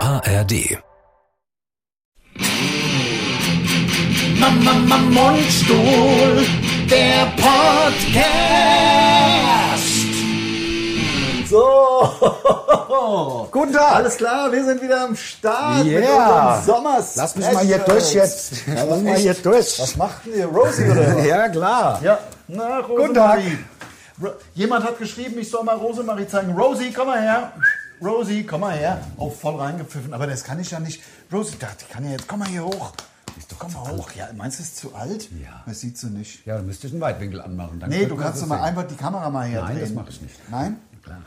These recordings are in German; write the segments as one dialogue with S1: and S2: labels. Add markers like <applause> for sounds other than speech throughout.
S1: ARD.
S2: Mama, Mama, Mundstuhl, der Podcast.
S3: So,
S4: <laughs> Guten Tag!
S3: alles klar, wir sind wieder am Start
S4: Yeah.
S3: mit unserem Sommers.
S4: Lass mich mal hier durch jetzt.
S3: Ja,
S4: Lass
S3: was,
S4: mal
S3: echt?
S4: hier durch.
S3: was macht denn ihr, Rosie oder was?
S4: Ja, klar.
S3: ja. Na, Rosemarie. Ro- Jemand hat geschrieben, ich soll mal Rosemarie zeigen. Rosie, komm mal her. Rosie, komm mal her. Oh, voll reingepfiffen, aber das kann ich ja nicht. Rosie, da- die kann ja jetzt, komm mal hier hoch. Komm mal hoch. Ja, meinst du, es ist zu alt?
S4: Ja.
S3: Das sieht sie nicht.
S4: Ja, dann müsste ich einen Weitwinkel anmachen. Dann
S3: Nee,
S4: könnte
S3: du
S4: man
S3: kannst
S4: so
S3: doch mal
S4: sehen.
S3: einfach die Kamera mal hier
S4: Nein,
S3: drehen.
S4: das mache ich nicht.
S3: Nein?
S4: Ja, Klar.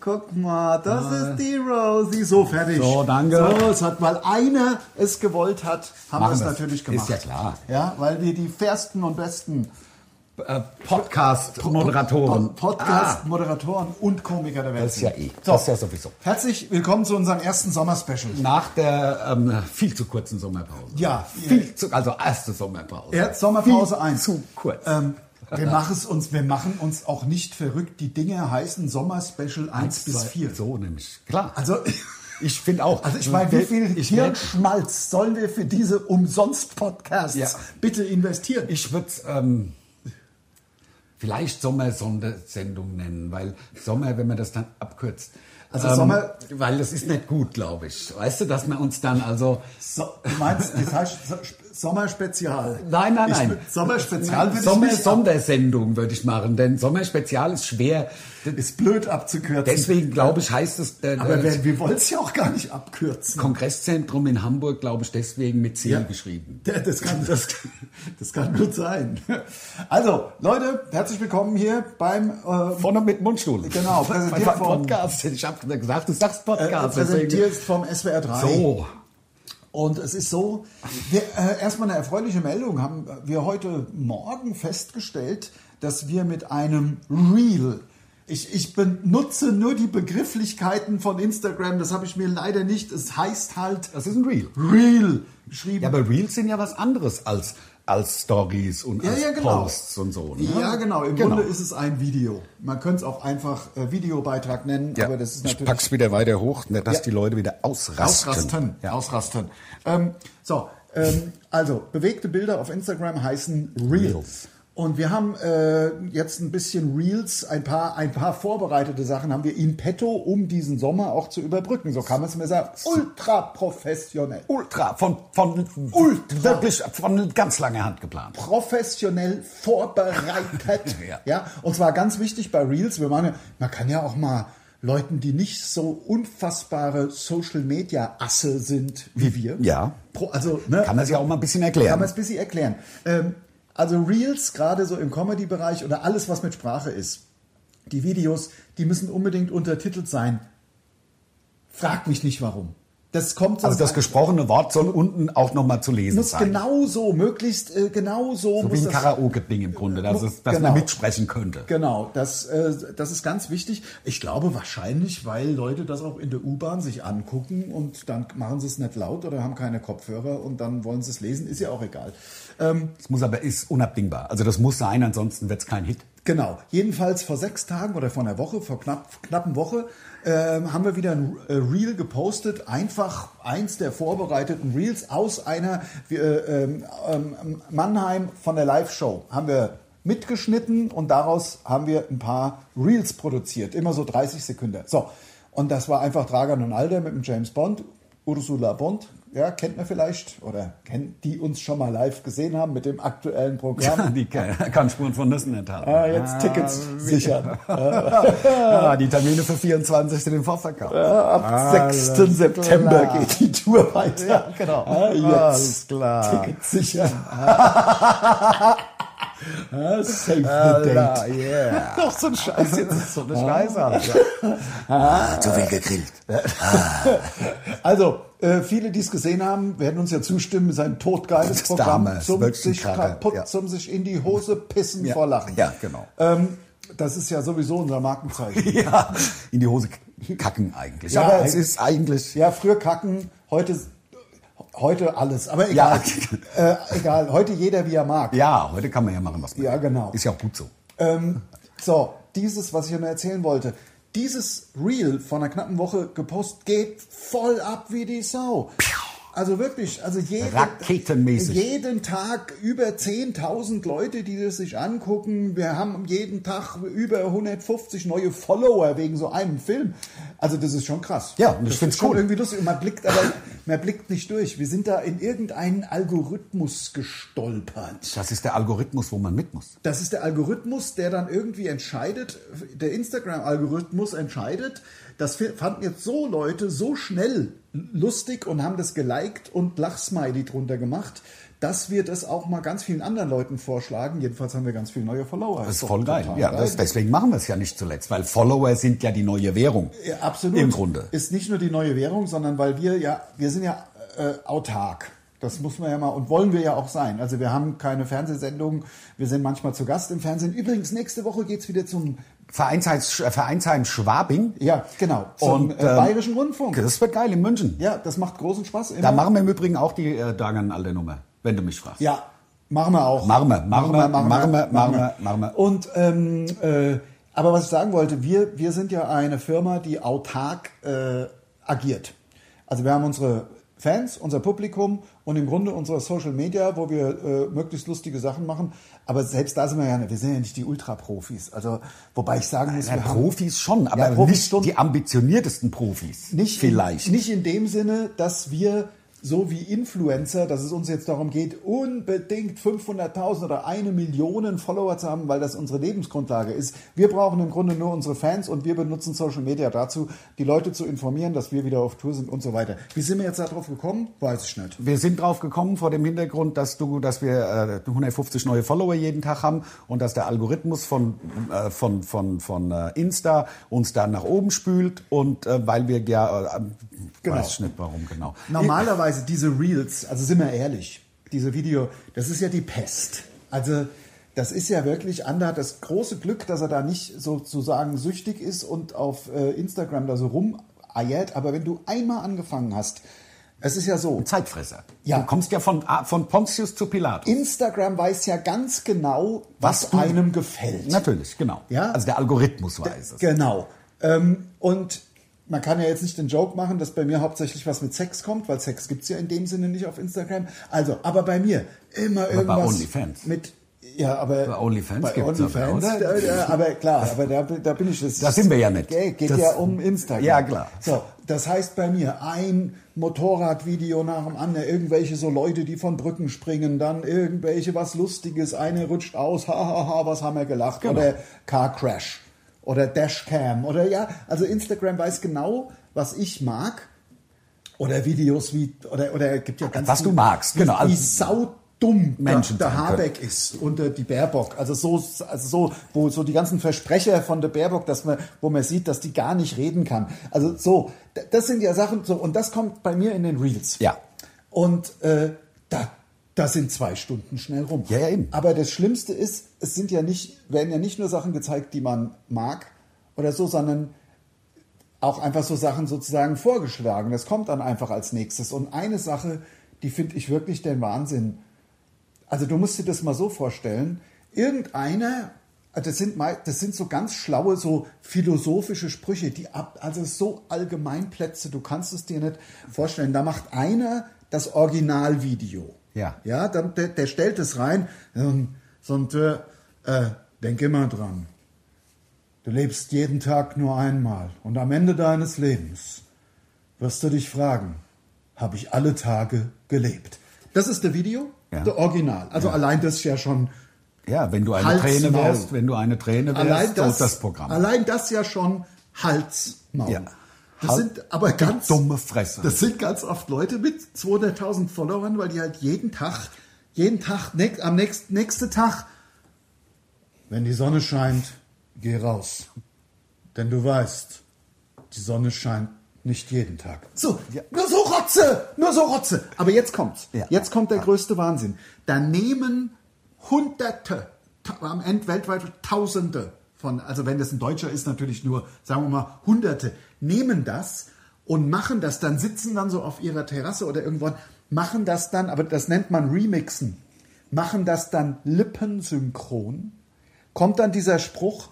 S3: Guck mal, das ist die Rosie. So, fertig.
S4: Ah. So, danke.
S3: So, es hat, weil einer es gewollt hat, haben wir
S4: Machen
S3: es
S4: wir's.
S3: natürlich
S4: Ist
S3: gemacht.
S4: ja klar.
S3: Ja, weil wir die fairsten und besten
S4: Äh, Podcast-Moderatoren.
S3: Pod-
S4: Ah,
S3: Podcast-Moderatoren und Komiker der Welt
S4: Das ist ja eh.
S3: So.
S4: Das ist ja sowieso.
S3: Herzlich willkommen zu unserem ersten Sommerspecial.
S4: Ah. nach der ähm, viel zu kurzen Sommerpause.
S3: Ja.
S4: Viel zu, also erste Sommerpause.
S3: Erst Sommerpause
S4: viel
S3: 1.
S4: Zu kurz.
S3: Ähm, wir, machen es uns, wir machen uns auch nicht verrückt. Die Dinge heißen Sommerspecial 1 bis
S4: Zwei-
S3: 4.
S4: So nämlich. Klar.
S3: Also,
S4: <laughs> ich finde auch.
S3: Also ich meine, wie viel
S4: ich merk-
S3: Hirnschmalz sollen wir für diese Umsonst-Podcasts
S4: Ja.
S3: bitte investieren?
S4: Ich würde es ähm, vielleicht Sommersondersendung nennen, weil Sommer, wenn man das dann abkürzt. Ähm,
S3: Also Sommer-
S4: Weil das ist nicht gut, glaube ich. Weißt du, dass man uns dann also.
S3: So, du meinst, das heißt So- Sp- Sommerspezial?
S4: Nein, nein,
S3: Ich
S4: nein.
S3: würd- Sommerspezial würde ich
S4: Sommer,
S3: nicht ab-
S4: Sondersendung würde ich machen, denn Sommerspezial ist schwer. D-
S3: Ist blöd abzukürzen.
S4: Deswegen glaube ich, heißt es äh,
S3: Aber
S4: äh,
S3: wir, wir wollen es ja auch gar nicht abkürzen.
S4: Kongresszentrum in Hamburg, glaube ich, deswegen mit C
S3: Ja.
S4: geschrieben.
S3: Ja, Das kann, das, <laughs> das kann gut sein. Also, Leute, herzlich willkommen hier beim äh,
S4: Vorne mit Mundstuhl.
S3: <laughs> Genau, präsentiert
S4: Beim
S3: vom-
S4: Podcast. Ich habe gesagt, du sagst
S3: äh,
S4: Podcast. deswegen-
S3: präsentiert vom SWR 3.
S4: So.
S3: Und es ist so, wir, äh, erstmal eine erfreuliche Meldung haben wir heute Morgen festgestellt, dass wir mit einem Reel, ich, ich benutze nur die Begrifflichkeiten von Instagram, das habe ich mir leider nicht, es heißt halt
S4: Das ist ein Real.
S3: Reel geschrieben.
S4: Ja, aber Reels sind ja was anderes als, als Stories und als Posts und so. Ne?
S3: genau. Ja, genau. Im Grunde ist es ein Video. Man könnte es auch einfach äh, Videobeitrag nennen, aber das ist
S4: ich
S3: natürlich
S4: pack's wieder weiter hoch, ne, dass
S3: Ja.
S4: die Leute wieder ausrasten.
S3: Ausrasten.
S4: Ja.
S3: Ausrasten. Ähm, so, ähm, also bewegte Bilder auf Instagram heißen Reels.
S4: Reels.
S3: Und wir haben äh, jetzt ein bisschen Reels, ein paar, ein paar vorbereitete Sachen haben wir in petto, um diesen Sommer auch zu überbrücken. So kann man es mir sagen. Ultra professionell.
S4: Ultra, von, von
S3: Ultra.
S4: wirklich von ganz langer Hand geplant.
S3: professionell vorbereitet. ja.
S4: <laughs> Ja.
S3: und zwar ganz wichtig bei Reels, wir machen ja, man kann ja auch mal Leuten, die nicht so unfassbare Social Media Asse sind wie wir.
S4: Ja.
S3: Pro, also, ne,
S4: Kann man sich auch mal ein bisschen
S3: kann man
S4: erklären.
S3: es ein bisschen erklären. Ähm, also Reels, gerade so im Comedy-Bereich oder alles, was mit Sprache ist, die Videos, die müssen unbedingt untertitelt sein. Frag mich nicht warum. Das kommt sonst
S4: Also das
S3: an-
S4: gesprochene Wort soll unten auch nochmal zu lesen
S3: muss
S4: sein.
S3: genauso, möglichst äh,
S4: so
S3: genauso muss
S4: wie ein
S3: das
S4: Karaoke-Ding im Grunde, dass, es, dass
S3: Genau.
S4: man mitsprechen könnte.
S3: Genau, das, äh, das ist ganz wichtig. Ich glaube wahrscheinlich, weil Leute das auch in der U-Bahn sich angucken und dann machen sie es nicht laut oder haben keine Kopfhörer und dann wollen sie es lesen, ist ja auch egal. Ähm,
S4: Das muss aber ist unabdingbar. Also das muss sein, ansonsten wird's kein Hit. <laughs>
S3: genau, jedenfalls vor sechs Tagen oder vor einer Woche, vor knapp, knappen Woche, ähm, haben wir wieder ein äh, Reel gepostet, einfach eins der vorbereiteten Reels aus einer äh, ähm, ähm, Mannheim von der Live-Show haben wir mitgeschnitten und daraus haben wir ein paar Reels produziert, immer so 30 Sekunden. So, und das war einfach Dragan und Alder mit dem James Bond, Ursula Bond, ja, kennt man vielleicht oder kennt die uns schon mal live gesehen haben mit dem aktuellen Programm.
S4: <laughs> Die kann, kann Spuren von Nüssen enthalten.
S3: Ah, jetzt Tickets sichern.
S4: Ah, die Termine für 24 sind im Vorverkauf.
S3: Äh, Ab
S4: Ah,
S3: 6. September geht die Tour weiter.
S4: genau.
S3: Ah, jetzt
S4: Alles klar. <laughs>
S3: Tickets sichern. Ah, Save the
S4: Alter,
S3: date.
S4: yeah. Noch so ein Scheiß, jetzt ist <laughs> so eine Scheiße. Alter.
S3: Also, äh, viele, die es gesehen haben, werden uns ja zustimmen. Es ist ein todgeiles
S4: Das
S3: Programm
S4: Dame ist
S3: zum
S4: wirklich
S3: sich
S4: krass,
S3: kaputt,
S4: ja.
S3: zum sich in die Hose pissen vor Lachen.
S4: Ja, genau.
S3: Ähm, das ist ja sowieso
S4: <laughs>
S3: unser Markenzeichen.
S4: Ja, in die Hose kacken eigentlich.
S3: Ja,
S4: Aber es
S3: eigentlich-
S4: ist eigentlich.
S3: Ja, früher kacken, heute, heute alles. Aber egal. Äh, egal, heute jeder wie er mag.
S4: Ja, heute kann man ja machen, was man
S3: Ja,
S4: will.
S3: genau.
S4: Ist ja auch gut so.
S3: Ähm, so, dieses, was ich nur erzählen wollte. dieses Reel von einer knappen Woche gepostet geht voll ab wie die Sau. Also wirklich, also jeden,
S4: Raketenmäßig.
S3: jeden Tag über 10.000 Leute, die das sich angucken. Wir haben jeden Tag über 150 neue Follower wegen so einem Film. Also das ist schon krass.
S4: Ja, und ich
S3: Das
S4: find's
S3: ist schon
S4: cool.
S3: Irgendwie lustig. Und Man blickt aber, man blickt nicht durch. Wir sind da in irgendeinen Algorithmus gestolpert.
S4: Das ist der Algorithmus, wo man mit muss.
S3: Das ist der Algorithmus, der dann irgendwie entscheidet, der Instagram-Algorithmus entscheidet, das fi- fanden jetzt so Leute so schnell lustig und haben das geliked und Lachsmiley drunter gemacht, dass wir das auch mal ganz vielen anderen Leuten vorschlagen. Jedenfalls haben wir ganz viele neue Follower.
S4: Das ist
S3: doch
S4: voll geil.
S3: total
S4: Ja, das, deswegen machen wir es ja nicht zuletzt, weil Follower sind ja die neue Währung.
S3: Ja, Äh, absolut.
S4: Im Grunde.
S3: Ist nicht nur die neue Währung, sondern weil wir ja, wir sind ja äh, autark. Das muss man ja mal und wollen wir ja auch sein. Also wir haben keine Fernsehsendungen, wir sind manchmal zu Gast im Fernsehen. Übrigens, nächste Woche geht's wieder zum,
S4: Vereinsheim, Vereinsheim Schwabing.
S3: ja genau, zum
S4: Und,
S3: äh,
S4: ähm,
S3: Bayerischen Rundfunk.
S4: Das wird geil in München.
S3: Ja, das macht großen Spaß. Immer.
S4: Da machen wir im Übrigen auch die äh, Dagen alte Nummer, wenn du mich fragst.
S3: Mhm. ja, machen wir auch.
S4: Machen wir, machen wir, machen wir,
S3: machen
S4: machen wir, machen wir.
S3: Und ähm, äh, aber was ich sagen wollte, wir, wir sind ja eine Firma, die autark äh, agiert. Also wir haben unsere Fans, unser Publikum und im Grunde unsere Social Media, wo wir äh, möglichst lustige Sachen machen. Aber selbst da sind wir ja nicht, wir sind ja nicht die Ultra-Profis. Also wobei ich sagen muss,
S4: Ja,
S3: wir haben
S4: Profis schon, aber
S3: Profis
S4: nicht
S3: schon.
S4: die ambitioniertesten Profis.
S3: nicht
S4: vielleicht.
S3: In, nicht in dem Sinne, dass wir so wie Influencer, dass es uns jetzt darum geht, unbedingt 500.000 oder eine Million Follower zu haben, weil das unsere Lebensgrundlage ist. Wir brauchen im Grunde nur unsere Fans und wir benutzen Social Media dazu, die Leute zu informieren, dass wir wieder auf Tour sind und so weiter. Wie sind wir jetzt darauf gekommen? Weiß ich nicht.
S4: Wir sind drauf gekommen vor dem Hintergrund, dass du, dass wir äh, 150 neue Follower jeden Tag haben und dass der Algorithmus von äh, von von von äh, Insta uns da nach oben spült und äh, weil wir ja äh,
S3: Genau.
S4: weiß ich nicht warum genau.
S3: Normalerweise diese Reels, also sind wir ehrlich, diese Video, das ist ja die Pest. Also das ist ja wirklich, Ander hat das große Glück, dass er da nicht sozusagen süchtig ist und auf äh, Instagram da so rumeiert. Aber wenn du einmal angefangen hast, es ist ja so,
S4: Zeitfresser.
S3: Ja.
S4: Du kommst ja von ah, von Pontius zu Pilatus.
S3: Instagram weiß ja ganz genau,
S4: Was
S3: was,
S4: du-
S3: einem gefällt.
S4: Natürlich, genau.
S3: Ja.
S4: Also der Algorithmus weiß es.
S3: Genau. Ähm, und man kann ja jetzt nicht den Joke machen, dass bei mir hauptsächlich was mit Sex kommt, weil Sex gibt's ja in dem Sinne nicht auf Instagram. Also, aber bei mir immer irgendwas
S4: OnlyFans.
S3: mit. Ja, aber
S4: Bei OnlyFans
S3: bei
S4: gibt's aber,
S3: OnlyFans,
S4: oder?
S3: da, da, aber klar, aber da, da bin ich jetzt.
S4: Da sind wir ja nicht.
S3: Geht, geht
S4: Das-
S3: ja um Instagram.
S4: Ja, klar.
S3: So, das heißt bei mir ein Motorradvideo nach dem anderen, irgendwelche so Leute, die von Brücken springen, dann irgendwelche was Lustiges, eine rutscht aus, <laughs> hahaha, was haben wir gelacht,
S4: Genau.
S3: oder Car Crash oder Dashcam oder ja, also Instagram weiß genau, was ich mag oder Videos wie oder oder gibt ja ganz
S4: Was
S3: viele-
S4: du magst, genau.
S3: wie
S4: Also-
S3: sau dumm
S4: Menschen
S3: der,
S4: sein
S3: der
S4: können.
S3: Habeck ist und äh, die Baerbock. Also so, also so, wo so die ganzen Versprecher von der Baerbock, dass man, wo man sieht, dass die gar nicht reden kann. Also so, d- das sind ja Sachen so und das kommt bei mir in den Reels.
S4: Ja.
S3: Und äh, da, da sind zwei Stunden schnell rum.
S4: Ja, ja, eben.
S3: Aber das Schlimmste ist, es sind ja nicht, werden ja nicht nur Sachen gezeigt, die man mag oder so, sondern auch einfach so Sachen sozusagen vorgeschlagen. Das kommt dann einfach als nächstes. Und eine Sache, die finde ich wirklich den Wahnsinn. Also du musst dir das mal so vorstellen. Irgendeiner, also das sind, mei- das sind so ganz schlaue, so philosophische Sprüche, die ab, also so Allgemeinplätze, du kannst es dir nicht vorstellen. Da macht einer das Originalvideo.
S4: Ja.
S3: Ja, dann, der, der stellt es rein. ähm, So ein, äh, äh, denk immer dran. Du lebst jeden Tag nur einmal und am Ende deines Lebens wirst du dich fragen, habe ich alle Tage gelebt? Das ist der Video,
S4: Ja.
S3: der Original. Also allein das ist ja schon
S4: Ja, wenn du eine
S3: Hals,
S4: Träne
S3: Maul.
S4: wärst, wenn du eine Träne wärst,
S3: allein
S4: so
S3: das,
S4: ist das Programm.
S3: Allein das ja schon Hals, Maul.
S4: Ja.
S3: Das
S4: Hal-
S3: sind aber ganz
S4: dumme Fresse.
S3: Das sind ganz oft Leute mit 200.000 Followern, weil die halt jeden Tag, jeden Tag, nächst, am nächsten nächste Tag, wenn die Sonne scheint, geh raus, denn du weißt, die Sonne scheint nicht jeden Tag. So, nur so Rotze, nur so Rotze. Aber jetzt kommt's.
S4: Ja.
S3: Jetzt kommt der größte Wahnsinn. Da nehmen Hunderte, ta- am Ende weltweit Tausende von, also wenn das ein Deutscher ist, natürlich nur, sagen wir mal, Hunderte, nehmen das und machen das dann, sitzen dann so auf ihrer Terrasse oder irgendwo, machen das dann, aber das nennt man Remixen, machen das dann lippensynchron, kommt dann dieser Spruch,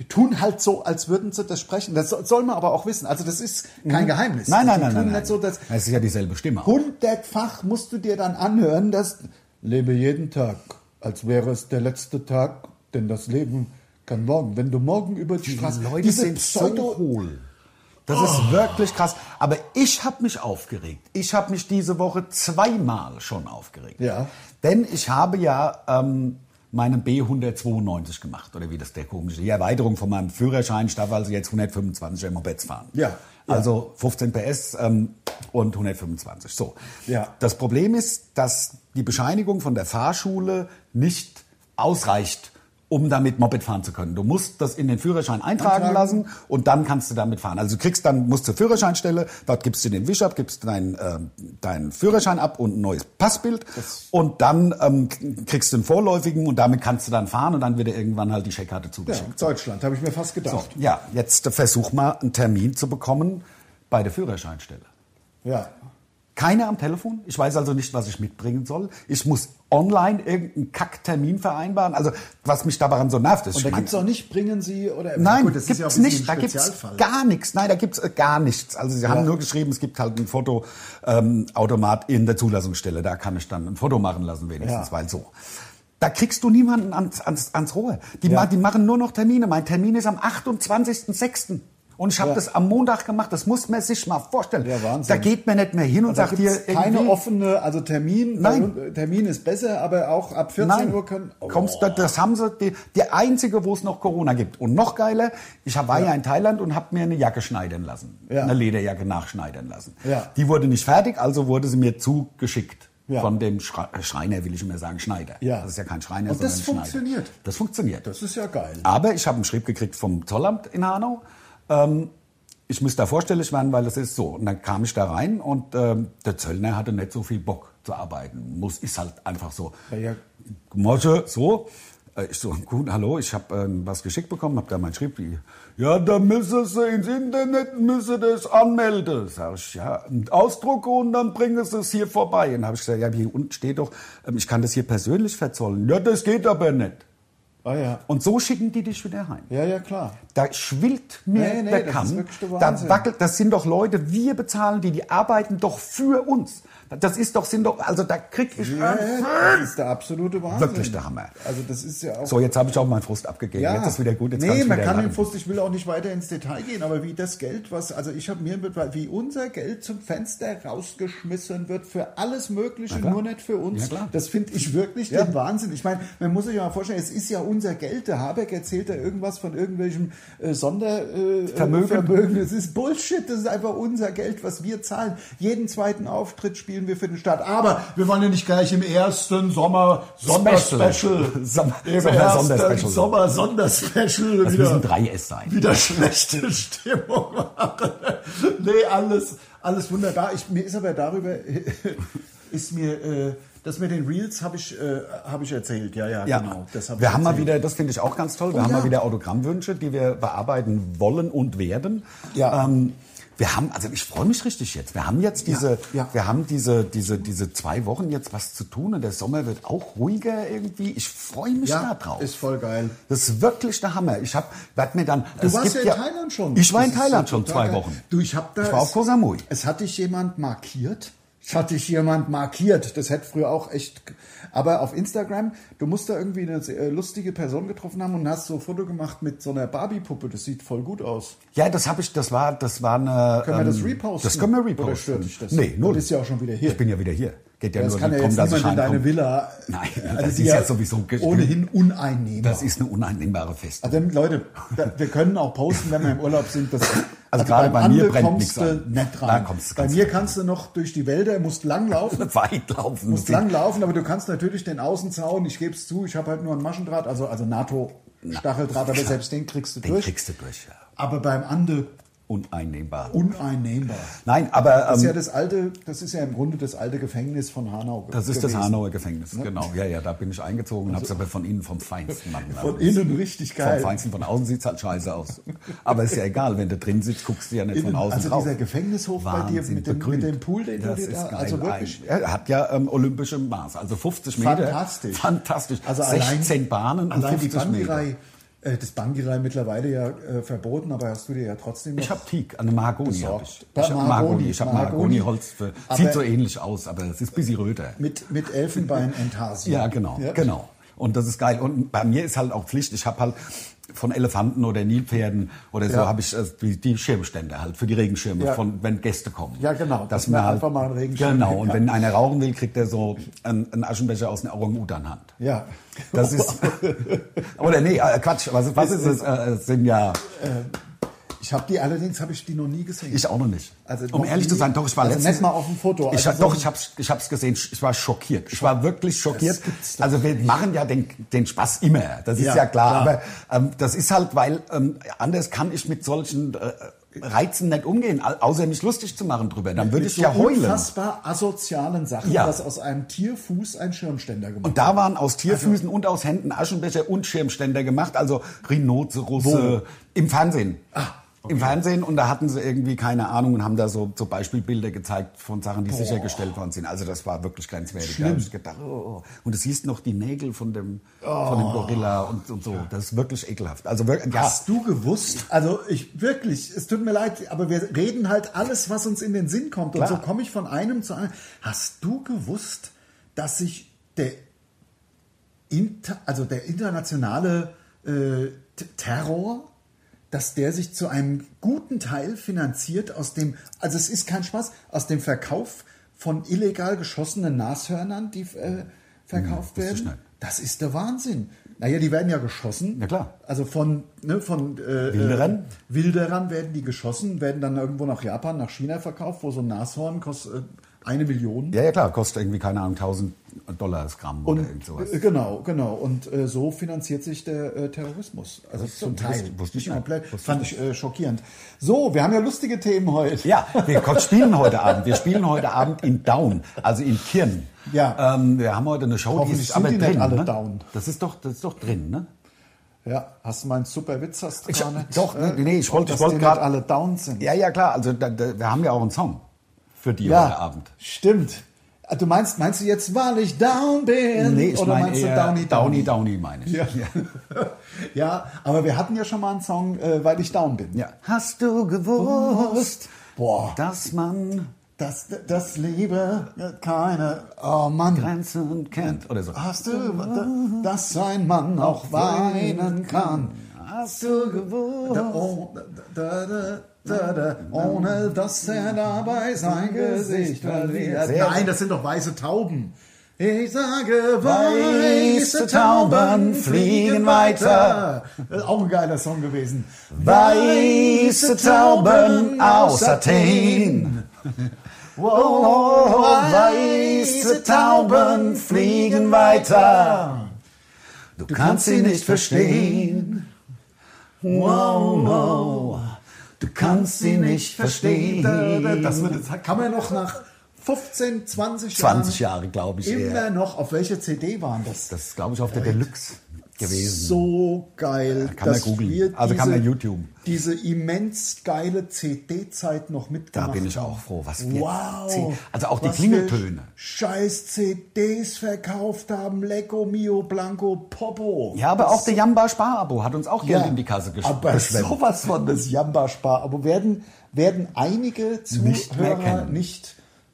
S3: Die tun halt so, als würden sie das sprechen. Das so- soll man aber auch wissen. Also das ist kein Geheimnis.
S4: Mhm. Nein, nein,
S3: Die
S4: nein,
S3: tun
S4: nein.
S3: Nicht
S4: nein.
S3: so, dass
S4: es ist ja dieselbe Stimme. auch.
S3: hundertfach musst du dir dann anhören, dass lebe jeden Tag, als wäre es der letzte Tag, denn das Leben kann morgen. Wenn du morgen über die, Straße, diese Pseudo-
S4: hohl. Das
S3: Oh.
S4: ist wirklich krass. Aber ich habe mich aufgeregt. Ich habe mich diese Woche zweimal schon aufgeregt.
S3: Ja.
S4: Denn ich habe ja ähm, meinen B192 gemacht, oder wie das der komische, die Erweiterung von meinem Führerschein, ich darf also jetzt 125er Mopeds fahren.
S3: Ja, ja.
S4: Also 15 PS ähm, und 125. So.
S3: Ja.
S4: Das Problem ist, dass die Bescheinigung von der Fahrschule nicht ausreicht, um damit Moped fahren zu können. Du musst das in den Führerschein eintragen
S3: Eintragen.
S4: lassen und dann kannst du damit fahren. Also du kriegst dann, musst zur Führerscheinstelle, dort gibst du den Wisch ab, gibst deinen, äh, deinen Führerschein ab und ein neues Passbild und dann ähm, kriegst du einen vorläufigen und damit kannst du dann fahren und dann wird dir irgendwann halt die Scheckkarte
S3: Ja,
S4: zugeschickt.
S3: Deutschland, habe ich mir fast gedacht.
S4: Ja, jetzt äh, versuch mal einen Termin zu bekommen bei der Führerscheinstelle.
S3: Ja.
S4: Keiner am Telefon. Ich weiß also nicht, was ich mitbringen soll. Ich muss online irgendeinen Kacktermin vereinbaren. Also, was mich daran so nervt, ist,
S3: Und
S4: ich
S3: da
S4: mein-
S3: gibt es auch nicht, bringen sie oder
S4: Nein,
S3: Gut, das
S4: gibt's
S3: ist ja auch ein bisschen
S4: nicht. Da
S3: ein
S4: gibt's
S3: Spezialfall.
S4: gar nichts. Nein, da gibt's äh, gar nichts. Also sie haben nur geschrieben, es gibt halt einen Fotoautomat in der Zulassungsstelle. Da kann ich dann ein Foto machen lassen wenigstens,
S3: Ja.
S4: weil so. Da kriegst du niemanden ans, ans, ans Rohr. Die, ma die machen nur noch Termine. Mein Termin ist am 28.06. Und ich habe
S3: Ja.
S4: das am Montag gemacht. Das muss man sich mal vorstellen.
S3: Ja, Wahnsinn. Also
S4: da geht man nicht mehr hin und
S3: Da
S4: sagt
S3: gibt's
S4: hier
S3: keine
S4: irgendwie-
S3: offene, also Termin, Äh,
S4: Nein.
S3: Termin ist besser, aber auch ab 14
S4: Nein,
S3: Uhr können. Oh.
S4: kommst du, das haben sie, die, die einzige, wo es noch Corona gibt. Und noch geiler, ich hab- war ja, in Thailand und habe mir eine Jacke schneiden lassen.
S3: Ja.
S4: Eine Lederjacke nachschneiden lassen.
S3: Ja.
S4: Die wurde nicht fertig, also wurde sie mir zugeschickt.
S3: Ja.
S4: Von dem Schre Schreiner, will ich immer sagen, Schneider.
S3: Ja.
S4: Das ist ja kein Schreiner,
S3: Und das
S4: sondern ein Schneider.
S3: funktioniert.
S4: Das funktioniert.
S3: Das ist ja geil.
S4: Aber ich habe einen Schrieb gekriegt vom Zollamt in Hanau. Ähm, ich müsste da vorstellig werden, weil das ist so. Und dann kam ich da rein und ähm, der Zöllner hatte nicht so viel Bock zu arbeiten. Muss, ist halt einfach so.
S3: Ja, ja.
S4: Mosche, so. Äh, Ich so, gut, hallo, ich habe ähm, was geschickt bekommen, habe da mein Schrieb. die, Ja, da müssen Sie ins Internet, müssen das anmelden. Sag ich, ja, und Ausdruck und dann bringen Sie es hier vorbei. Und habe ich gesagt, ja, hier unten steht doch, ähm, ich kann das hier persönlich verzollen. Ja, das geht aber nicht.
S3: Ah ja.
S4: Und so schicken die dich wieder heim.
S3: Ja, ja, klar.
S4: Da schwillt mir
S3: Nee, nee,
S4: der
S3: das ist
S4: Kamm.
S3: wirklich der Wahnsinn.
S4: da wackelt, das sind doch Leute, wir bezahlen die, die arbeiten doch für uns. Das ist doch, sind doch, also da krieg ich.
S3: Ja, ja, das ist der absolute Wahnsinn.
S4: Wirklich der Hammer.
S3: Also das ist ja auch.
S4: So, jetzt habe ich auch meinen Frust abgegeben.
S3: ja.
S4: Jetzt ist wieder gut. Jetzt
S3: nee,
S4: kann ich
S3: man
S4: wieder
S3: kann
S4: lachen.
S3: den Frust, ich will auch nicht weiter ins Detail gehen, aber wie das Geld, was, also ich habe mir, mit- wie unser Geld zum Fenster rausgeschmissen wird für alles Mögliche,
S4: klar.
S3: nur nicht für uns.
S4: Ja, klar.
S3: Das finde ich wirklich
S4: Ja.
S3: den Wahnsinn. Ich meine, man muss sich ja mal vorstellen, es ist ja unser Geld. Der Habeck erzählt da irgendwas von irgendwelchem äh, Sondervermögen. Äh,
S4: Vermögen.
S3: Vermögen. Das ist Bullshit. Das ist einfach unser Geld, was wir zahlen. Jeden zweiten Auftritt spielen wir für den Staat. Aber wir wollen ja nicht gleich im ersten Sommer Sonderspecial.
S4: <laughs> Sommer-
S3: Im
S4: Sommer-
S3: ersten
S4: Sonderspecial.
S3: Sommer Sonderspecial.
S4: Das
S3: wieder,
S4: müssen drei S sein.
S3: wieder schlechte <laughs> Stimmung machen. Nee, alles, alles wunderbar. Ich, mir ist aber darüber, <laughs> ist mir, äh, das mit den Reels habe ich, äh, hab ich erzählt. Ja, ja,
S4: Ja,
S3: genau. Das hab
S4: wir
S3: ich
S4: haben mal
S3: erzählt.
S4: wieder, das finde ich auch ganz toll, wir
S3: Oh,
S4: haben
S3: ja.
S4: mal wieder Autogrammwünsche, die wir bearbeiten wollen und werden.
S3: Ja.
S4: Ähm, wir haben, also ich freue mich richtig jetzt. Wir haben jetzt diese,
S3: ja.
S4: wir haben diese, diese, diese zwei Wochen jetzt was zu tun und der Sommer wird auch ruhiger irgendwie. Ich freue mich da
S3: ja,
S4: drauf.
S3: Ist voll geil.
S4: das ist wirklich der Hammer. Ich habe, werd mir dann.
S3: Du warst ja in Thailand schon.
S4: Ich war
S3: Das
S4: in
S3: ist
S4: Thailand
S3: so
S4: schon
S3: total
S4: zwei
S3: geil.
S4: Wochen.
S3: Du, ich hab da.
S4: Ich war auf Koh Samui.
S3: Es hat dich jemand markiert. Es hat dich jemand markiert. Das hätte früher auch echt. g- Aber auf Instagram, du musst da irgendwie eine äh, lustige Person getroffen haben und hast so ein Foto gemacht mit so einer Barbie-Puppe. Das sieht voll gut aus.
S4: Ja, das habe ich, das war, das war eine. ähm,
S3: Können wir das reposten?
S4: Das können wir
S3: Oder stört
S4: reposten.
S3: dich das?
S4: Nee, null.
S3: Du bist ja auch schon wieder hier.
S4: Ich bin ja wieder hier. Geht ja
S3: Das
S4: nur
S3: kann ja
S4: darum,
S3: jetzt
S4: dass ich
S3: niemand in deine
S4: reinkomme.
S3: Villa.
S4: Nein,
S3: Also
S4: das
S3: die
S4: ist ja sowieso gesch-
S3: ohnehin uneinnehmbar.
S4: Das ist eine uneinnehmbare Festung.
S3: also Leute, da, wir können auch posten, wenn wir im Urlaub sind. Das, also,
S4: gerade bei mir
S3: Ande
S4: brennt
S3: kommst
S4: nichts
S3: du
S4: an.
S3: nicht
S4: Da
S3: ran.
S4: kommst du
S3: Bei
S4: ganz
S3: mir kannst du noch durch die Wälder, musst lang laufen.
S4: <laughs> Weit laufen.
S3: Also musst lang laufen, aber du kannst natürlich den Außenzaun, ich gebe es zu, ich habe halt nur einen Maschendraht, also, also NATO-Stacheldraht, aber selbst den kriegst du
S4: Den
S3: durch.
S4: kriegst du durch, ja.
S3: aber beim Ande
S4: Uneinnehmbar.
S3: uneinnehmbar.
S4: Nein, aber
S3: Das ist ja
S4: ähm,
S3: das alte, das ist ja im Grunde das alte Gefängnis von Hanau. ge-
S4: das ist das
S3: gewesen. Ne? Also
S4: Hanauer Gefängnis. Genau, ja, ja, da bin ich eingezogen und hab's aber von innen vom Feinsten machen lassen.
S3: Von innen richtig geil.
S4: Vom Feinsten, von außen sieht's halt scheiße aus. Aber ist ja egal, wenn du drin sitzt, guckst du ja nicht von
S3: Innen,
S4: außen
S3: also
S4: drauf.
S3: dieser Gefängnishof bei dir
S4: Wahnsinn,
S3: mit dem, mit
S4: begrünt.
S3: dem Pool, den
S4: das
S3: du dir
S4: ist
S3: da,
S4: geil.
S3: also wirklich.
S4: Ein- Er hat ja ähm, olympische Maße, also 50 Meter.
S3: Fantastisch.
S4: Fantastisch.
S3: Also
S4: 16
S3: allein,
S4: Bahnen und
S3: allein die
S4: 50 Meter.
S3: Bandirei Äh, das Bangirei mittlerweile ja äh, verboten, aber hast du dir ja trotzdem noch
S4: Ich habe Teak, eine Mahagoni habe ich.
S3: Besorgt.
S4: Ich habe
S3: Mahagoni,
S4: Mahagoni, ich habe
S3: Mahagoni.
S4: Mahagoni-Holz. für-
S3: Aber-
S4: Sieht so ähnlich aus, aber es ist ein bisschen röter.
S3: mit, mit Elfenbein Entasien.
S4: <laughs> Ja, genau, genau. Und das ist geil. Und bei mir ist halt auch Pflicht, ich habe halt von Elefanten oder Nilpferden oder so
S3: Ja.
S4: habe ich äh, die, die Schirmstände halt für die Regenschirme,
S3: Ja.
S4: von, wenn Gäste kommen.
S3: Ja, genau,
S4: Dass
S3: dass
S4: man
S3: man
S4: halt,
S3: einfach mal einen Regenschirm
S4: Genau,
S3: kriegt.
S4: und wenn einer rauchen will, kriegt er so einen, einen Aschenbecher aus einer Orang-Utan-Hand.
S3: Ja.
S4: Das
S3: <laughs>
S4: ist, <laughs> oder nee, äh, Quatsch, was, was ist es? Äh, es sind ja,
S3: Ich habe die allerdings habe ich die noch nie gesehen.
S4: ich auch noch nicht.
S3: Also
S4: um
S3: noch
S4: ehrlich
S3: nie-
S4: zu sein, doch, ich war
S3: also
S4: letztens...
S3: nicht mal auf dem Foto,
S4: Ich,
S3: also
S4: hab-
S3: so
S4: doch,
S3: ein-
S4: ich hab's, ich hab's gesehen, ich war schockiert. Ich war wirklich schockiert.
S3: gibt's doch
S4: Also wir machen ja den, den Spaß immer, das ist ja,
S3: Ja,
S4: klar.
S3: klar.
S4: Aber ähm, das ist halt, weil ähm, anders kann ich mit solchen äh, Reizen nicht umgehen, au- außer mich lustig zu machen drüber. Dann würde
S3: Mit
S4: ich ja heulen.
S3: unfassbar asozialen Sachen,
S4: Ja.
S3: dass aus einem Tierfuß ein Schirmständer gemacht
S4: Und da waren aus Tierfüßen und aus Händen Aschenbecher und Schirmständer gemacht, also Rhinozerusse im Fernsehen. Im Fernsehen und da hatten sie irgendwie keine Ahnung und haben da so zum Beispiel Bilder gezeigt von Sachen, die sichergestellt worden sind. Also das war wirklich grenzwertig. Da hab ich gedacht, oh. Und du siehst noch die Nägel von dem, von dem Gorilla und, und so. Das ist wirklich ekelhaft. Also wirklich, ja.
S3: Hast du gewusst? Also ich wirklich, es tut mir leid, aber wir reden halt alles, was uns in den Sinn kommt.
S4: Klar.
S3: Und so komme ich von einem zu einem. Hast du gewusst, dass sich der, inter, also der internationale äh, T- Terror, dass der sich zu einem guten Teil finanziert aus dem, also es ist kein Spaß, aus dem Verkauf von illegal geschossenen Nashörnern, die äh, verkauft
S4: Ja, wusste ich
S3: werden?
S4: nicht.
S3: Das ist der Wahnsinn. Naja, die werden ja geschossen.
S4: Ja, klar.
S3: Also von, ne, von äh,
S4: Wilderern?
S3: Äh, Wilderern werden die geschossen, werden dann irgendwo nach Japan, nach China verkauft, wo so ein Nashorn kostet äh, eine Million.
S4: ja, ja klar, kostet irgendwie, keine Ahnung, 1000 Dollar das Gramm oder irgend sowas.
S3: äh, Genau, genau. Und äh, so finanziert sich der äh, Terrorismus. Also zum Teil.
S4: wusste- wusste ich
S3: Nicht
S4: nicht.
S3: komplett.
S4: Wusste ich
S3: Fand ich äh, schockierend. So, wir haben ja lustige Themen heute.
S4: Ja, wir ko- spielen heute Abend. Wir spielen heute Abend in Down, also in Kirn.
S3: Ja.
S4: Ähm, wir haben heute eine Show, die
S3: Hoffentlich
S4: ist
S3: sind
S4: aber
S3: die
S4: drin.
S3: nicht alle
S4: ne?
S3: down.
S4: Das ist doch, das ist doch drin, ne?
S3: Ja, hast du meinen super Witz hast du Äh,
S4: Ich-
S3: gar nicht?
S4: doch, ne? nee, nee, ich
S3: und
S4: wollte- ich
S3: dass
S4: wollte
S3: die
S4: grad-
S3: nicht alle down sind.
S4: Ja, ja, klar. Also da, da, wir haben ja auch einen Song für die heute Abend.
S3: Stimmt. Ah, Du meinst, meinst du jetzt, weil ich down bin?
S4: Nee, ich
S3: oder
S4: meine
S3: meinst
S4: eher
S3: du Downy
S4: Downy, Downy meine ich.
S3: <laughs> Ja. ja, aber wir hatten ja schon mal einen Song, äh, weil ich down bin.
S4: Ja. Hast du gewusst,
S3: Boah,
S4: dass man
S3: das, das Liebe keine. Oh Mann,
S4: Grenzen kennt oder so?
S3: hast du, dass ein Mann auch weinen kann?
S4: Hast du gewusst?
S3: Da, oh, da, da, da, da, ohne dass er dabei sein Gesicht verliert.
S4: Sehr
S3: Nein,
S4: gut.
S3: das sind doch weiße Tauben. Ich sage,
S4: Weiße Tauben fliegen weiter.
S3: Äh, Auch ein geiler Song gewesen.
S4: Weiße Tauben aus Athen. <laughs> Oh, weiße Tauben fliegen weiter. Du kannst sie nicht verstehen. Wow, wow. Du kannst sie nicht verstehen.
S3: Das, wird, das kann man noch nach 15, 20 Jahren.
S4: 20 Jahre, glaube ich,
S3: Immer
S4: eher.
S3: noch. Auf welcher CD waren das?
S4: Das ist, glaube ich, auf der Deluxe gewesen.
S3: So geil.
S4: Kann man
S3: dass
S4: googeln.
S3: wir
S4: Also kann
S3: diese-
S4: man YouTube.
S3: Diese immens geile CD-Zeit noch
S4: Da
S3: mitgemacht
S4: bin ich
S3: haben.
S4: auch froh. Was wir
S3: Wow.
S4: Also auch die
S3: was
S4: Klingeltöne.
S3: wir Scheiß CDs verkauft haben. Lecco, Mio, Blanco, Popo.
S4: Ja, aber auch der Jamba Sparabo hat uns auch Geld
S3: Ja,
S4: in die Kasse gesch-
S3: Aber
S4: geschwemmt.
S3: sowas von das Jamba-Spar. Aber werden, werden einige Zuhörer
S4: Nicht
S3: nicht,
S4: mehr kennen.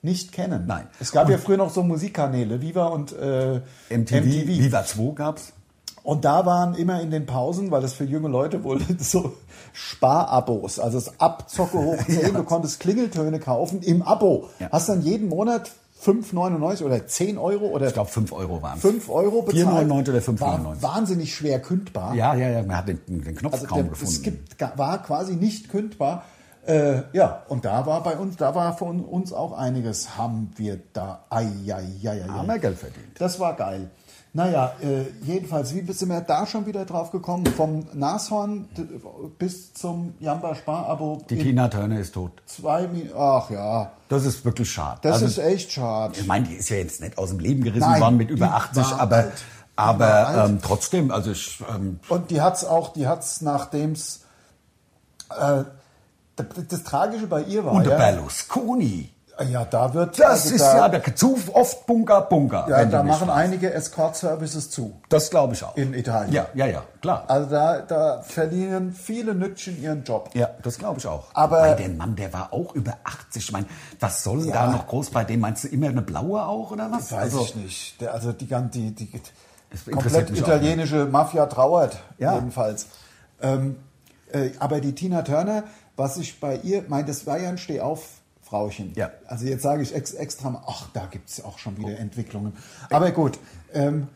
S3: nicht, kennen.
S4: Nein.
S3: Es gab ja früher noch so Musikkanäle, Viva und äh,
S4: MTV, Viva 2 gab's.
S3: Und da waren immer in den Pausen, weil das für junge Leute wohl <laughs> so Sparabos, also
S4: <laughs>
S3: das Abzocke hoch 10, du konntest Klingeltöne kaufen im Abo.
S4: Ja.
S3: Hast dann jeden Monat 5,99 oder 10 Euro oder
S4: Ich glaube, 5 Euro waren
S3: 5 Euro bezahlt.
S4: 4,99 oder 5,99.
S3: War wahnsinnig schwer kündbar.
S4: Ja, ja, ja, man hat den, den Knopf
S3: Also
S4: kaum
S3: der,
S4: gefunden.
S3: es gibt, ga- war quasi nicht kündbar. Äh, ja, und da war bei uns, da war von uns auch einiges, haben wir da. Ei, ei, ei, ei, ei.
S4: Haben wir Geld verdient.
S3: Das war geil. Naja, äh, jedenfalls, wie bist du mir da schon wieder drauf gekommen? Vom Nashorn d- bis zum Jamba Sparabo
S4: Die
S3: in
S4: Tina Turner ist tot.
S3: zwei Minuten. Ach ja,
S4: Das ist wirklich schade.
S3: das
S4: also,
S3: ist echt schade.
S4: ich meine, die ist ja jetzt nicht aus dem Leben gerissen
S3: Nein,
S4: worden mit
S3: die
S4: über
S3: war halt
S4: 80,
S3: alt.
S4: aber,
S3: Die war
S4: aber
S3: alt.
S4: ähm, trotzdem, also ich, ähm,
S3: Und die hat's auch, die hat's nachdem's. Äh, das, das Tragische bei ihr war.
S4: und der
S3: ja,
S4: Berlusconi.
S3: Ja, da wird.
S4: Das
S3: also
S4: ist
S3: da,
S4: ja der, zu oft Bunker, Bunker.
S3: Ja,
S4: wenn du
S3: da
S4: mich
S3: machen
S4: fragst.
S3: einige Escort-Services zu
S4: Das glaube ich auch.
S3: in Italien.
S4: Ja, ja, ja, klar.
S3: Also da, da verlieren viele Nützchen ihren Job.
S4: Ja, das glaube ich auch.
S3: Aber-
S4: Weil der Mann, der war auch über 80. Ich meine, was soll denn da noch groß bei dem? Meinst du immer eine blaue auch oder was?
S3: Weiß ich nicht. Der, also die ganze, die, die
S4: Das interessiert
S3: komplett
S4: mich auch
S3: italienische Mafia trauert
S4: Ja.
S3: jedenfalls. Ähm, äh, aber die Tina Turner, was ich bei ihr, mein, das war ja ein Stehauf-Frauchen.
S4: Ja. Oh.
S3: Also jetzt sage ich ex, extra, ach, da gibt es auch schon wieder Entwicklungen. Aber gut, ähm,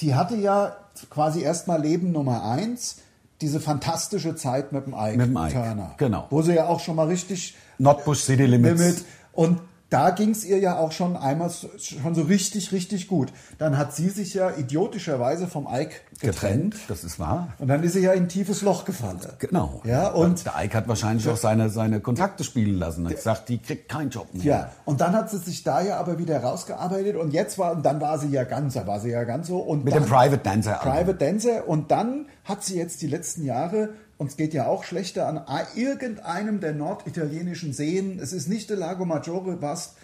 S3: die hatte ja quasi erstmal Leben Nummer eins, diese fantastische Zeit mit dem Ike,
S4: Mit dem Ike,
S3: Turner.
S4: genau.
S3: Wo sie ja auch schon mal richtig
S4: Nordbusch City Limits.
S3: Limit. Und da ging es ihr ja auch schon einmal so- schon so richtig, richtig gut. Dann hat sie sich ja idiotischerweise vom Ike getrennt.
S4: Getrennt, das ist wahr.
S3: Und dann ist sie ja in ein tiefes Loch gefallen.
S4: Genau.
S3: Ja, und
S4: der Ike hat wahrscheinlich auch seine, seine Kontakte spielen lassen. Er hat gesagt, die kriegt keinen Job mehr.
S3: ja, und dann hat sie sich da ja aber wieder rausgearbeitet und jetzt war, und dann war sie ja ganz, da war sie ja ganz so. Und
S4: Mit
S3: dann,
S4: dem Private Dancer.
S3: Private Dancer und dann hat sie jetzt die letzten Jahre, uns geht ja auch schlechter an a- irgendeinem der norditalienischen Seen, es ist nicht der Lago Maggiore, was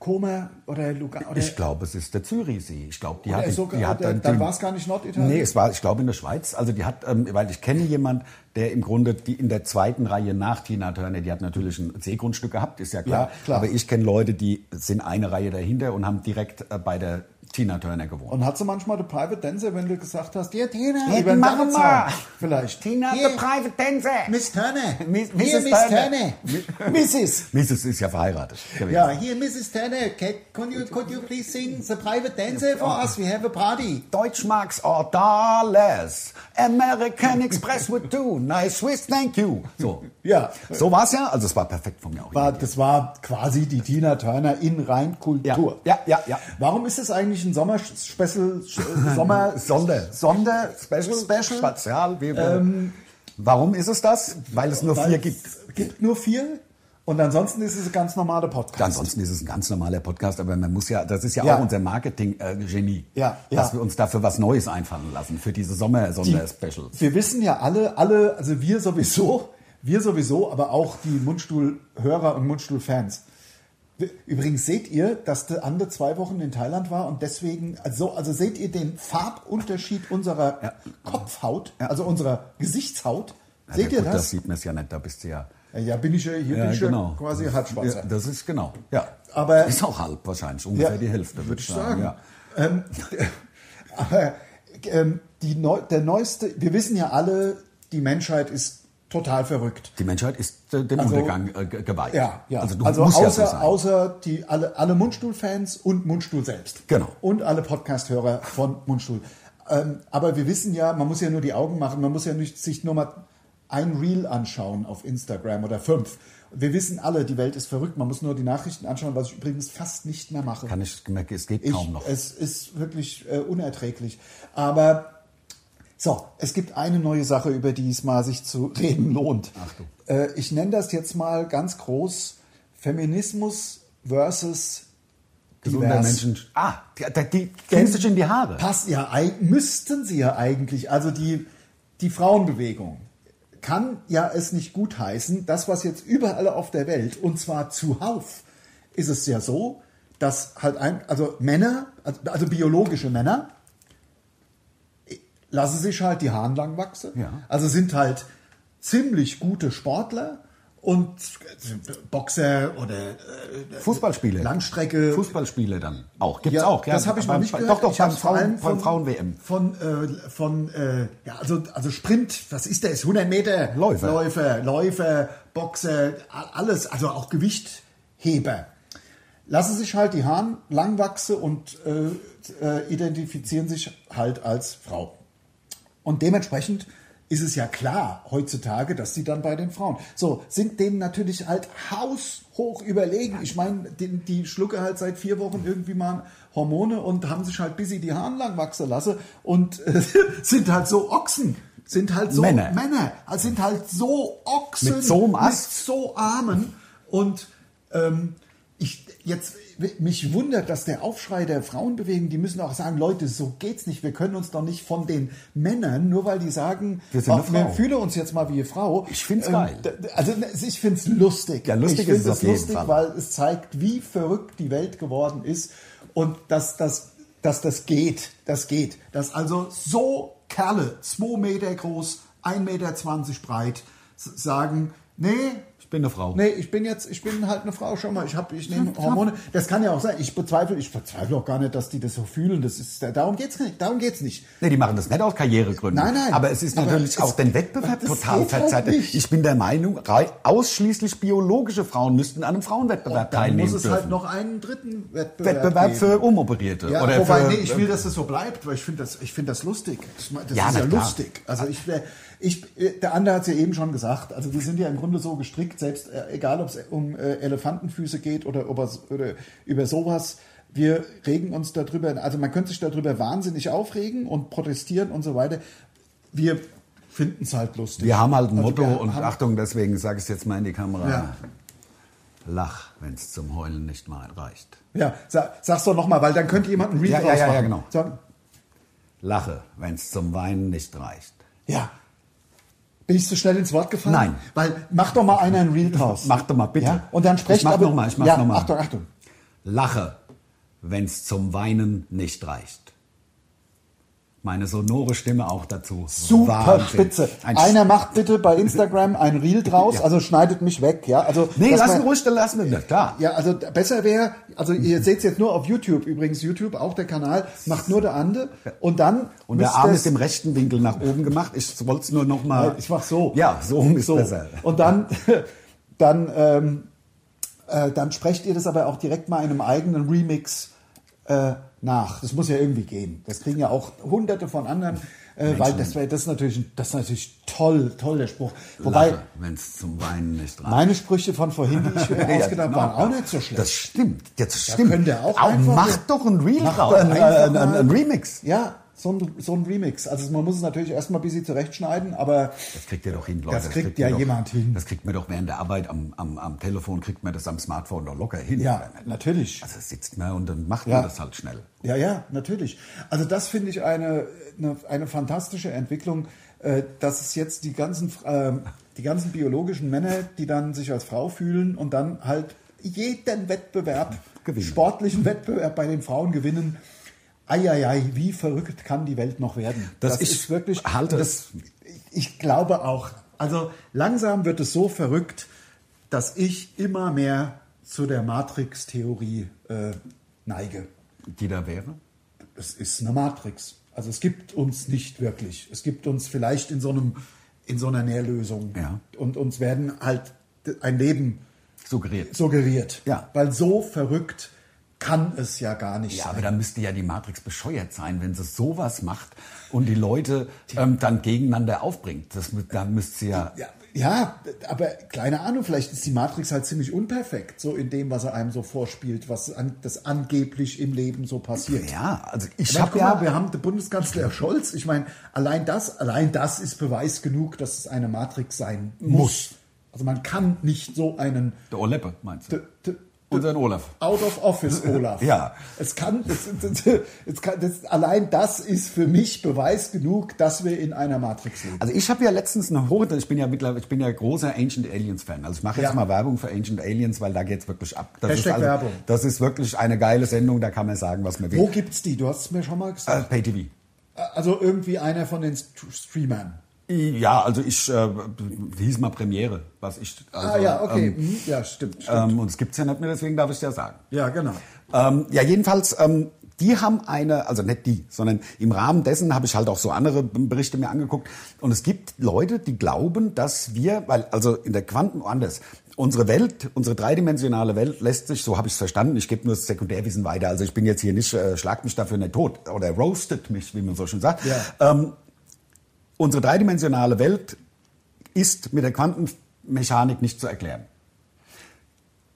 S3: Koma oder Lugano. oder-
S4: Ich glaube, es ist der Zürichsee. Ich glaube, die
S3: Oder
S4: hat, die,
S3: sogar-
S4: die hat
S3: oder-
S4: dann,
S3: dann
S4: den-
S3: war's gar nicht Norditalien?
S4: Nee, es war, ich glaube, in der Schweiz. Also die hat, ähm, weil ich kenne jemand, der im Grunde die in der zweiten Reihe nach Tina Turner, die hat natürlich ein Seegrundstück gehabt, ist ja klar.
S3: Ja, klar.
S4: Aber ich kenne Leute, die sind eine Reihe dahinter und haben direkt äh, bei der Tina Turner gewohnt.
S3: Und hat sie manchmal den Private Dancer, wenn du gesagt hast, hier Tina,
S4: Hier,
S3: über den
S4: machen wir.
S3: Gartenzaun. Vielleicht. Hier,
S4: Private Dancer.
S3: Miss Turner.
S4: Miss-
S3: hier,
S4: Mrs.
S3: Miss
S4: Turner.
S3: Turner. Mrs.
S4: Mrs. ist ja verheiratet. gewesen.
S3: Ja, hier, Mrs. Turner, can, can you, could you please sing the Private Dancer for us? We have a party.
S4: Deutschmarks or Dollars. American Express would do. Nice Swiss, thank you. So.
S3: Ja.
S4: So war's ja. Also es war perfekt von mir auch.
S3: War, das war quasi die Tina Turner in Reinkultur.
S4: Ja, ja, ja, ja.
S3: Warum ist es eigentlich ein Sommerspecial,
S4: <laughs>
S3: äh, Sommer,
S4: Sonder.
S3: Sonder,
S4: Special,
S3: Special? Ähm,
S4: Spezial, wie- Warum ist es das? Weil es nur
S3: Weil
S4: vier
S3: es
S4: gibt.
S3: Gibt nur vier. Und ansonsten ist es ein ganz normaler Podcast.
S4: Ansonsten ist es ein ganz normaler Podcast, aber man muss ja, das ist ja,
S3: Ja.
S4: auch unser Marketing-Genie,
S3: Ja,
S4: dass
S3: ja.
S4: wir uns dafür was Neues einfallen lassen für diese Sommer-Sonder-Specials.
S3: Wir wissen ja alle, alle, also wir sowieso, wir sowieso, aber auch die Mundstuhl-Hörer und Mundstuhl-Fans. Wir- Übrigens seht ihr, dass der Ande zwei Wochen in Thailand war und deswegen, also, also seht ihr den Farbunterschied unserer
S4: Ja.
S3: Kopfhaut, also unserer Gesichtshaut?
S4: Na
S3: Seht
S4: ja,
S3: ihr
S4: gut, Das
S3: das?
S4: sieht man es ja nicht, da bist du ja.
S3: Ja, bin ich ja, hier bin
S4: ja, genau.
S3: ich ja quasi
S4: Das-
S3: halbschwarzer.
S4: Ja, das ist genau. Ja.
S3: Aber-
S4: ist auch halb wahrscheinlich, ungefähr die Hälfte, würde ich sagen. Ja.
S3: Ähm, <laughs> aber ähm, die neu, der neueste, wir wissen ja alle, die Menschheit ist total verrückt.
S4: Die Menschheit ist äh, dem
S3: Also-
S4: Untergang äh, ge- geweiht.
S3: Ja, ja.
S4: Also du
S3: also
S4: musst ja so
S3: außer,
S4: sein.
S3: außer die, alle, alle Mundstuhl-Fans und Mundstuhl selbst.
S4: Genau.
S3: Und alle Podcast-Hörer von Mundstuhl. Ähm, aber wir wissen ja, man muss ja nur die Augen machen, man muss ja nicht, sich nur mal ein Reel anschauen auf Instagram oder fünf. Wir wissen alle, die Welt ist verrückt, man muss nur die Nachrichten anschauen, was ich übrigens fast nicht mehr mache.
S4: Kann ich merke, es geht
S3: Ich, äh,
S4: kaum noch.
S3: Es ist wirklich äh, unerträglich. Aber so, es gibt eine neue Sache, über die es mal sich zu <laughs> reden lohnt. Äh, ich nenne das jetzt mal ganz groß Feminismus versus
S4: Gesunder
S3: divers.
S4: Menschen. Ah, die, die, die kennst dich in die Haare.
S3: Passt ja, eig- müssten sie ja eigentlich. Also die, die Frauenbewegung kann ja es nicht gutheißen. Das, was jetzt überall auf der Welt, und zwar zuhauf, ist es ja so, dass halt ein, also Männer, also- also biologische Männer, lassen sich halt die Haaren lang wachsen.
S4: Ja.
S3: Also sind halt ziemlich gute Sportler und äh, Boxer oder äh,
S4: Fußballspiele.
S3: Langstrecke,
S4: Fußballspiele dann auch. Gibt's
S3: ja,
S4: auch, ja.
S3: Das habe ich
S4: Beim-
S3: noch nicht
S4: bei-
S3: gehört.
S4: Doch, doch,
S3: ich
S4: beim
S3: hab's vor allem
S4: Frauen, beim Frauen-WM.
S3: Von, äh, von äh, ja, also, also Sprint, was ist das? 100 Meter?
S4: Läufer.
S3: Läufer, Läufer, Boxer, a- alles, also auch Gewichtheber. Lassen sich halt die Haaren lang wachsen und äh, äh, identifizieren sich halt als Frau. Und dementsprechend ist es ja klar heutzutage, dass die dann bei den Frauen. So, sind dem natürlich halt haushoch überlegen. Ich meine, die, die schlucke halt seit vier Wochen irgendwie mal Hormone und haben sich halt busy die Haaren lang wachsen lassen und äh, <laughs> sind halt so Ochsen. Sind halt so
S4: Männer.
S3: Männer. Also sind halt so Ochsen.
S4: Mit so einem Ast.
S3: Mit so Armen. Und ähm, ich jetzt mich wundert, dass der Aufschrei der Frauenbewegung, die müssen auch sagen, Leute, so geht's nicht. Wir können uns doch nicht von den Männern, nur weil die sagen,
S4: Wir sind eine
S3: "Ach, wir
S4: Frau."
S3: fühle uns jetzt mal wie Frau.
S4: Ich find's geil.
S3: d- d- Also ich find's lustig.
S4: Ja, lustig
S3: ich
S4: ist
S3: find
S4: es auf jeden
S3: lustig,
S4: Fall.
S3: weil es zeigt, wie verrückt die Welt geworden ist und dass das, dass das geht. Das geht. Dass also so Kerle, 2 Meter groß, 1,20 Meter breit, s- sagen, nee,
S4: Ich bin eine Frau.
S3: Nee, ich bin jetzt, ich bin halt eine Frau, schau mal, ich habe, ich nehme Hormone. Das kann ja auch sein. Ich bezweifle, ich bezweifle auch gar nicht, dass die das so fühlen. Das ist, darum geht's nicht, darum geht's nicht.
S4: Nee, die machen das nicht aus Karrieregründen.
S3: Nein, nein.
S4: Aber es ist
S3: Aber
S4: natürlich
S3: es-
S4: auch den Wettbewerb
S3: das
S4: total
S3: geht halt
S4: verzerrt.
S3: nicht.
S4: ich bin der Meinung, rei- ausschließlich biologische Frauen müssten an einem Frauenwettbewerb
S3: Dann
S4: teilnehmen
S3: muss es
S4: dürfen.
S3: halt noch einen dritten Wettbewerb,
S4: Wettbewerb
S3: geben.
S4: für Umoperierte.
S3: Ja,
S4: oder
S3: wobei,
S4: für,
S3: nee, ich will, dass das so bleibt, weil ich finde das, ich finde das lustig. Das, ma- das
S4: Ja,
S3: ist
S4: na
S3: ja
S4: klar.
S3: lustig. Also ich, wär- ich, äh, der andere hat es ja eben schon gesagt. Also wir sind ja im Grunde so gestrickt, selbst äh, egal, ob es um äh, Elefantenfüße geht oder, ob es- oder über sowas. Wir regen uns darüber, also man könnte sich darüber wahnsinnig aufregen und protestieren und so weiter. Wir finden es halt lustig.
S4: Wir haben halt ein
S3: Also
S4: Motto
S3: wir
S4: und
S3: haben-
S4: Achtung, deswegen sage ich es jetzt mal in die Kamera.
S3: Ja.
S4: Lach, wenn es zum Heulen nicht mal reicht.
S3: Ja, sag, sag's doch nochmal, weil dann könnte jemand ein Reel
S4: Ja, ja,
S3: draus
S4: ja, ja,
S3: machen.
S4: genau.
S3: Sagen,
S4: Lache, wenn es zum Weinen nicht reicht.
S3: Ja. Bin ich zu schnell ins Wort gefallen?
S4: Nein.
S3: Weil mach doch mal einer ein Reel draus.
S4: Mach doch mal, bitte.
S3: Ja? Und dann sprecht
S4: Ich mach
S3: aber-
S4: noch mal, ich mach's
S3: ja,
S4: noch mal.
S3: Achtung, Achtung.
S4: Lache, wenn es zum Weinen nicht reicht. Meine sonore Stimme auch dazu.
S3: Super
S4: Wahnsinn.
S3: spitze.
S4: Ein
S3: Einer macht bitte bei Instagram ein Reel draus, also schneidet mich weg, ja? Also
S4: Nee,
S3: dass
S4: lass
S3: man-
S4: ihn ruhig, dann lass ihn. Ja, klar.
S3: Ja, also d- besser wäre, also ihr seht es jetzt nur auf YouTube übrigens, YouTube, auch der Kanal, macht nur der Ande und dann
S4: Und der
S3: müsst
S4: Arm
S3: ihr's-
S4: ist im rechten Winkel nach oben gemacht. Ich wollte es nur noch mal.
S3: Nein, ich mach so.
S4: Ja, so rum ist
S3: So.
S4: besser.
S3: Oh. Und dann, <laughs> dann, ähm, äh, dann sprecht ihr das aber auch direkt mal in einem eigenen Remix äh, nach. Das muss ja irgendwie gehen. Das kriegen ja auch hunderte von anderen, äh, weil das wäre das ist natürlich, ein- das ist natürlich toll, toll der Spruch. Wobei
S4: Lache, wenn es zum Weinen nicht reicht.
S3: meine Sprüche von vorhin,
S4: <laughs>
S3: die ich mir
S4: Ja,
S3: ausgedacht
S4: genau.
S3: waren, auch nicht so schlecht.
S4: Das stimmt. Das stimmt.
S3: könnt ihr auch einfach-
S4: macht doch ein Reel
S3: Macht
S4: draus.
S3: doch
S4: Ein,
S3: einfach
S4: ein, ein,
S3: mal-
S4: ein Remix.
S3: ja, so ein, so ein Remix. Also man muss es natürlich erstmal ein bisschen zurechtschneiden, aber
S4: Das kriegt ihr doch hin, Leute.
S3: Das kriegt ja
S4: ihr doch,
S3: jemand hin.
S4: Das kriegt man doch während der Arbeit am, am, am Telefon, kriegt man das am Smartphone doch locker hin.
S3: ja, natürlich.
S4: Also sitzt man und dann macht
S3: Ja.
S4: man das halt schnell.
S3: Ja, ja, natürlich. Also das finde ich eine, eine, eine fantastische Entwicklung, äh, dass es jetzt die ganzen, ähm, die ganzen biologischen Männer, die dann sich als Frau fühlen und dann halt jeden Wettbewerb,
S4: Gewinnen.
S3: sportlichen Wettbewerb bei den Frauen gewinnen. Eieiei, wie verrückt kann die Welt noch werden?
S4: Das halt ich halte
S3: das, ich glaube auch. Also langsam wird es so verrückt, dass ich immer mehr zu der Matrix-Theorie äh, neige
S4: Die da wäre?
S3: es ist eine Matrix. Also es gibt uns nicht wirklich. Es gibt uns vielleicht in so einem in so einer Nährlösung.
S4: Ja.
S3: Und uns werden halt ein Leben
S4: Suggeriert.
S3: suggeriert.
S4: Ja.
S3: Weil so verrückt kann es ja gar nicht
S4: Ja,
S3: sein.
S4: aber da müsste ja die Matrix bescheuert sein, wenn sie sowas macht und die Leute ähm, dann gegeneinander aufbringt. Das, mü- da müsste sie ja...
S3: ja, ja, aber keine Ahnung, vielleicht ist die Matrix halt ziemlich unperfekt, so in dem, was er einem so vorspielt, was an, das angeblich im Leben so passiert.
S4: Ja, also ich
S3: Ich meine,
S4: habe
S3: guck mal,
S4: ja...
S3: wir haben den Bundeskanzler Scholz. Ich meine, allein das, allein das ist Beweis genug, dass es eine Matrix sein muss. Also man kann nicht so einen
S4: Der Oleppe, meinst
S3: d-
S4: du?
S3: d-
S4: Unseren Olaf.
S3: Out of Office Olaf.
S4: Ja.
S3: Es kann, es, es, es kann das, allein das ist für mich Beweis genug, dass wir in einer Matrix leben.
S4: Also ich habe ja letztens eine Horde, ich bin ja mittlerweile, ich bin ja großer Ancient Aliens Fan. Also ich mache jetzt
S3: Ja.
S4: mal Werbung für Ancient Aliens, weil da geht's wirklich ab. Das
S3: Hashtag
S4: ist also,
S3: Werbung.
S4: Das ist wirklich eine geile Sendung, da kann man sagen, was man
S3: Wo
S4: will.
S3: gibt's die? Du hast es mir schon mal
S4: Äh,
S3: gesagt.
S4: Pay TV.
S3: Also irgendwie einer von den St- Streamern.
S4: Ja, also ich äh, hieß mal Premiere, was ich. Also,
S3: ah ja, okay.
S4: Ähm,
S3: Mhm. ja, stimmt. stimmt.
S4: ähm, und es gibt's ja nicht mehr, deswegen darf ich ja sagen.
S3: ja, genau.
S4: Ähm, ja, jedenfalls, ähm, die haben eine, also nicht die, sondern im Rahmen dessen habe ich halt auch so andere B- Berichte mir angeguckt. Und es gibt Leute, die glauben, dass wir, weil also in der Quanten anders, unsere Welt, unsere dreidimensionale Welt lässt sich, so habe ich es verstanden, ich gebe nur das Sekundärwissen weiter, also ich bin jetzt hier nicht, äh, schlag mich dafür nicht tot oder roastet mich, wie man so schön sagt.
S3: Ja.
S4: Ähm, unsere dreidimensionale Welt ist mit der Quantenmechanik nicht zu erklären.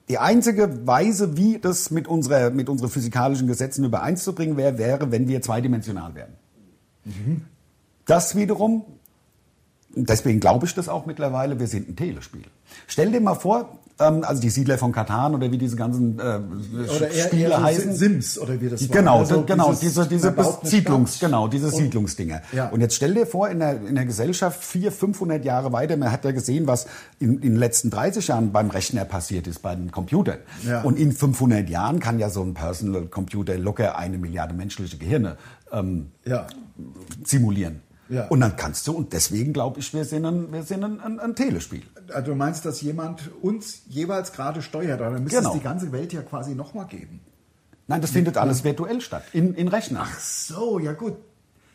S4: Die einzige Weise, wie das mit, unserer, mit unseren physikalischen Gesetzen übereinzubringen wäre,
S3: Mhm.
S4: wäre, wenn wir zweidimensional wären. Das wiederum deswegen glaube ich das auch mittlerweile, wir sind ein Telespiel. Stell dir mal vor, ähm, also die Siedler von Katan oder wie diese ganzen äh,
S3: Oder eher,
S4: Spiele
S3: eher so
S4: heißen.
S3: Sims oder wie das war.
S4: Genau,
S3: Also
S4: das- genau,
S3: dieses-
S4: diese, diese
S3: man baut eine
S4: Siedlungs,
S3: Stadt.
S4: genau, diese Siedlungsdinger.
S3: Ja.
S4: Und jetzt stell dir vor, in der, in der Gesellschaft vier, 500 Jahre weiter, man hat ja gesehen, was in, in den letzten 30 Jahren beim Rechner passiert ist, bei den Computern.
S3: Ja.
S4: Und in 500 Jahren kann ja so ein Personal Computer locker eine Milliarde menschliche Gehirne ähm,
S3: Ja.
S4: simulieren.
S3: Ja.
S4: Und dann kannst du, und deswegen glaube ich, wir sind ein, wir sind ein, ein, ein Telespiel.
S3: Also du meinst, dass jemand uns jeweils gerade steuert, aber dann müsste
S4: Genau.
S3: es die ganze Welt ja quasi nochmal geben.
S4: Nein, das findet alles virtuell statt, in, in Rechnern.
S3: So, ja gut.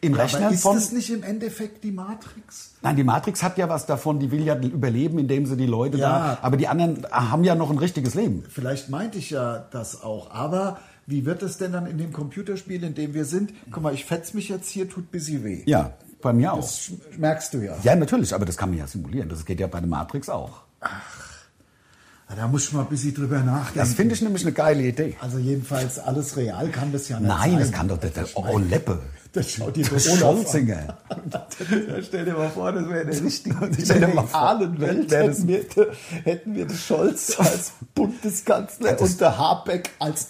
S4: In
S3: Ja,
S4: Rechnern
S3: aber ist
S4: von-
S3: das nicht im Endeffekt die Matrix?
S4: Nein, die Matrix hat ja was davon, die will ja überleben, indem sie die Leute
S3: Ja.
S4: da. Aber die anderen haben ja noch ein richtiges Leben.
S3: Vielleicht meinte ich ja das auch, aber wie wird es denn dann in dem Computerspiel, in dem wir sind? Guck mal, ich fetz mich jetzt hier, tut bisschen weh.
S4: Ja, bei mir auch.
S3: Das merkst du ja.
S4: Ja, natürlich, aber das kann man ja simulieren. Das geht ja bei der Matrix auch.
S3: Ah, Da muss ich mal ein bisschen drüber nachdenken.
S4: Das finde ich nämlich eine geile Idee.
S3: also jedenfalls alles real kann das ja nicht
S4: Nein,
S3: sein.
S4: das kann doch der, der oh, Leppe.
S3: Das schaut die
S4: Der
S3: Corona
S4: Scholzinger.
S3: <laughs> Stell dir mal vor, das wäre <laughs> der richtige.
S4: Stell dir mal vor, wäre das-
S3: wir, hätten wir den <laughs> Scholz als Bundeskanzler und der Habeck als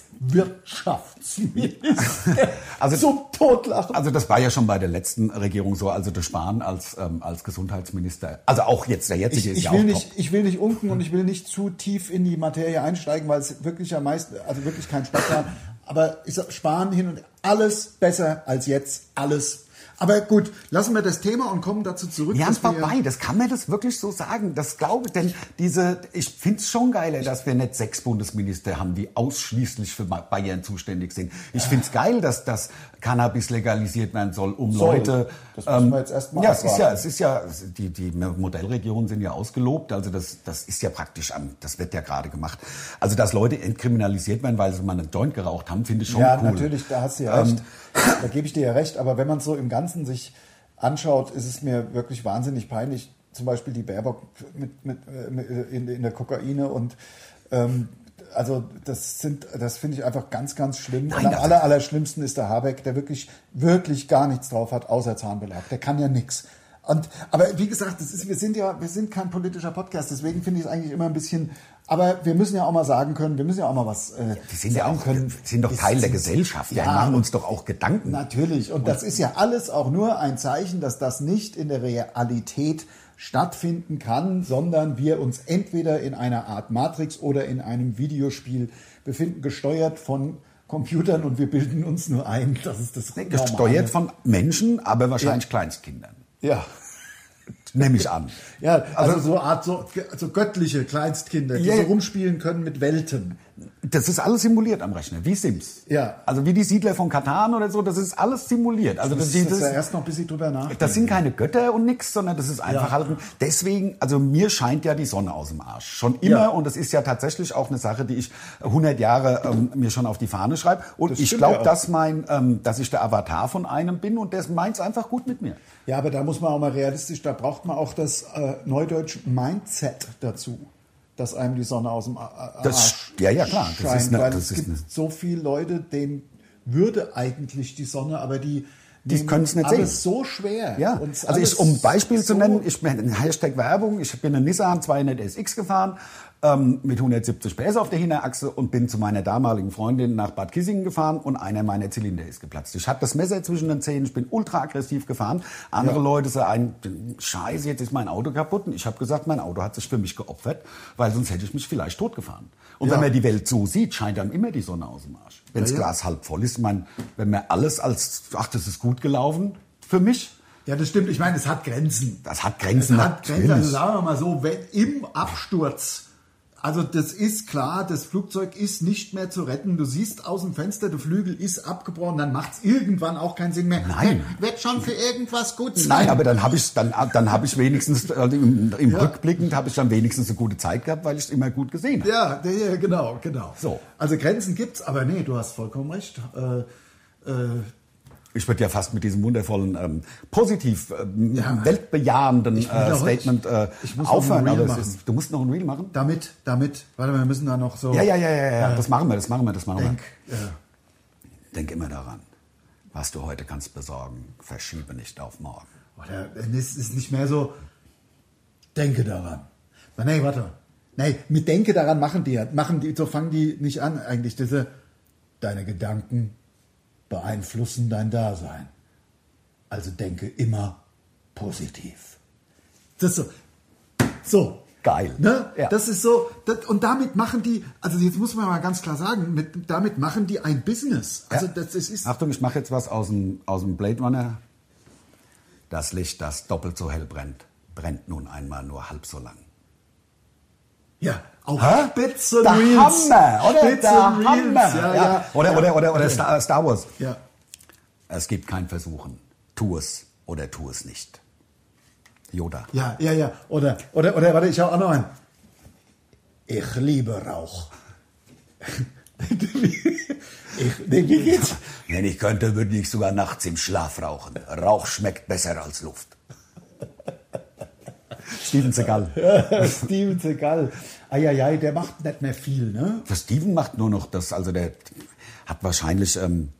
S3: Wirtschaftsminister <laughs>
S4: Also-
S3: Totlachen.
S4: Also das war ja schon bei der letzten Regierung so, also der Spahn als, ähm, als Gesundheitsminister. Also auch jetzt, der jetzige
S3: Ich,
S4: ist ja
S3: ich,
S4: auch
S3: will
S4: top.
S3: nicht, ich will nicht unken und ich will nicht zu tief in die Materie einsteigen, weil es wirklich am meisten, also wirklich kein Spaß war. Aber ich sag, sparen hin und alles besser als jetzt, alles. Aber gut, lassen wir das Thema und kommen dazu zurück.
S4: Ja,
S3: dass wir-
S4: vorbei, das kann man das wirklich so sagen. Das glaube ich, denn diese, ich find's schon geiler, dass wir nicht sechs Bundesminister haben, die ausschließlich für Ma- Bayern zuständig sind. Ich find's geil, dass das Cannabis legalisiert werden soll, um
S3: Soll.
S4: Leute. ähm,
S3: Das müssen wir jetzt erst mal
S4: Ja, es ist
S3: abwarten.
S4: ja, es ist ja, die, die Modellregionen sind ja ausgelobt, also das, das ist ja praktisch an, das wird ja gerade gemacht. Also, dass Leute entkriminalisiert werden, weil sie mal einen Joint geraucht haben, finde ich schon
S3: Ja,
S4: cool. Ähm,
S3: natürlich, da hast du ja recht. da gebe ich dir ja recht. Aber wenn man es so im Ganzen sich anschaut, ist es mir wirklich wahnsinnig peinlich. Zum Beispiel die Baerbock mit, mit, äh, mit, äh, in, in der Kokaine und ähm, also das sind, das finde ich einfach ganz, ganz schlimm.
S4: Nein,
S3: und am
S4: das-
S3: aller, allerschlimmsten ist der Habeck, der wirklich, wirklich gar nichts drauf hat, außer Zahnbelag. Der kann ja nichts. Und, aber wie gesagt, das ist, wir sind ja, wir sind kein politischer Podcast, deswegen finde ich es eigentlich immer ein bisschen, aber wir müssen ja auch mal sagen können, wir müssen ja auch mal was, äh,
S4: Wir sind ja
S3: sagen
S4: auch,
S3: können,
S4: wir sind doch
S3: ist-
S4: Teil der Gesellschaft. Wir
S3: Ja.
S4: machen uns doch auch Gedanken.
S3: Natürlich. Und das ist ja alles auch nur ein Zeichen, dass das nicht in der Realität stattfinden kann, sondern wir uns entweder in einer Art Matrix oder in einem Videospiel befinden, gesteuert von Computern und wir bilden uns nur ein, das ist das Normale.
S4: Gesteuert von Menschen, aber wahrscheinlich Kleinstkindern.
S3: Ja.
S4: Nehme ich an.
S3: Ja, also so eine Art so, so göttliche Kleinstkinder, die
S4: Ja,
S3: so
S4: ja.
S3: rumspielen können mit Welten.
S4: Das ist alles simuliert am Rechner, wie Sims.
S3: Ja.
S4: Also wie die Siedler von Katan oder so, das ist alles simuliert. Also das,
S3: Das,
S4: das,
S3: ist ja erst noch ein bisschen drüber nach.
S4: das sind keine Götter und nichts, sondern das ist einfach
S3: Ja.
S4: halt. ein- Deswegen, also mir scheint ja die Sonne aus dem Arsch. Schon immer.
S3: Ja.
S4: Und das ist ja tatsächlich auch eine Sache, die ich 100 Jahre ähm, mir schon auf die Fahne schreibe. Und ich
S3: stimmt
S4: glaube,
S3: ja auch.
S4: dass mein, ähm, dass ich der Avatar von einem bin und der meint's einfach gut mit mir.
S3: Ja, aber da muss man auch mal realistisch, da braucht man auch das äh, neudeutsch Mindset dazu, dass einem die Sonne aus dem A- A-
S4: Das-
S3: Arsch
S4: ja, ja, klar, das
S3: scheint,
S4: ist eine-
S3: weil
S4: das
S3: es
S4: ist
S3: gibt
S4: eine-
S3: so viele Leute, denen würde eigentlich die Sonne, aber die
S4: Die
S3: nehmen
S4: können's nicht
S3: alles so schwer.
S4: Ja,
S3: und es
S4: also
S3: alles
S4: ich, um ein Beispiel zu
S3: so-
S4: nennen, ich bin Hashtag Werbung, ich bin einen Nissan 200 SX gefahren ähm, mit 170 PS auf der Hinterachse und bin zu meiner damaligen Freundin nach Bad Kissingen gefahren und einer meiner Zylinder ist geplatzt. Ich hatte das Messer zwischen den Zähnen, ich bin ultra aggressiv gefahren. Andere Leute sagen, scheiße, jetzt ist mein Auto kaputt. Und ich habe gesagt, mein Auto hat sich für mich geopfert, weil sonst hätte ich mich vielleicht totgefahren. Und
S3: Ja.
S4: wenn man die Welt so sieht, scheint einem immer die Sonne aus dem Arsch. Wenn das
S3: Ja, ja.
S4: Glas halb voll ist, ich mein, wenn man alles als, ach, das ist gut gelaufen für mich,
S3: ja, das stimmt. Ich meine, es hat Grenzen.
S4: das hat Grenzen,
S3: Es hat Grenzen. Also
S4: natürlich.
S3: sagen wir mal so, wenn, im Absturz. Also das ist klar, das Flugzeug ist nicht mehr zu retten. Du siehst aus dem Fenster, der Flügel ist abgebrochen, dann macht es irgendwann auch keinen Sinn mehr.
S4: Nein.
S3: Wird schon für irgendwas gut sein.
S4: Nein, aber dann habe ich dann, dann habe ich wenigstens also im, im
S3: Ja.
S4: Rückblickend habe ich dann wenigstens eine gute Zeit gehabt, weil ich es immer gut gesehen habe.
S3: Ja, der- ja, genau, genau.
S4: So.
S3: Also Grenzen gibt's, aber nee, du hast vollkommen recht. Äh, äh,
S4: Ich würde ja fast mit diesem wundervollen, ähm, positiv ähm,
S3: Ja.
S4: weltbejahenden
S3: Ich bin
S4: äh,
S3: doch-
S4: Statement äh,
S3: ich muss noch
S4: aufhören.
S3: ein Reel
S4: Aber es
S3: machen.
S4: ist, du musst noch ein Reel machen.
S3: damit, damit, warte mal, wir müssen da noch so.
S4: Ja, ja, ja, ja, ja. Das machen wir, das machen wir, das machen
S3: Denk,
S4: wir.
S3: äh,
S4: Denk immer daran,
S3: Oh,
S4: was du heute kannst besorgen, verschiebe nicht auf morgen.
S3: oder, äh, es ist nicht mehr so, denke daran. Nee, warte. Nee, mit denke daran machen die ja, machen die, so fangen die nicht an eigentlich. Diese, deine Gedanken beeinflussen dein Dasein. Also denke immer positiv. Das so. So.
S4: Geil.
S3: Ne?
S4: Ja.
S3: Das ist so, das, und damit machen die, also jetzt muss man mal ganz klar sagen, mit, damit machen die ein Business. Also
S4: Ja.
S3: das, das ist,
S4: Achtung, ich mache jetzt was aus dem, aus dem Blade Runner. Das Licht, das doppelt so hell brennt, brennt nun einmal nur halb so lang.
S3: ja, auch
S4: Hä?
S3: Spitzen
S4: Der
S3: Reels.
S4: Hammer, oder?
S3: Spitzen
S4: Der
S3: Reels,
S4: Hammer.
S3: Ja, ja.
S4: Oder,
S3: ja.
S4: oder, oder, oder Star, Star Wars.
S3: Ja.
S4: Es gibt kein Versuchen. Tu es oder tu es nicht. Yoda.
S3: Ja, ja, ja. Oder, oder, oder, warte, ich hau auch noch einen. Ich liebe Rauch. <laughs> ich, nee, wie <laughs> geht's?
S4: Wenn ich könnte, würde ich sogar nachts im Schlaf rauchen. Rauch schmeckt besser als
S3: <laughs>
S4: Luft. Steven Seagal.
S3: Steven Seagal. Eieiei, der macht nicht mehr viel, ne?
S4: Der Steven macht nur noch das, also der hat wahrscheinlich ähm,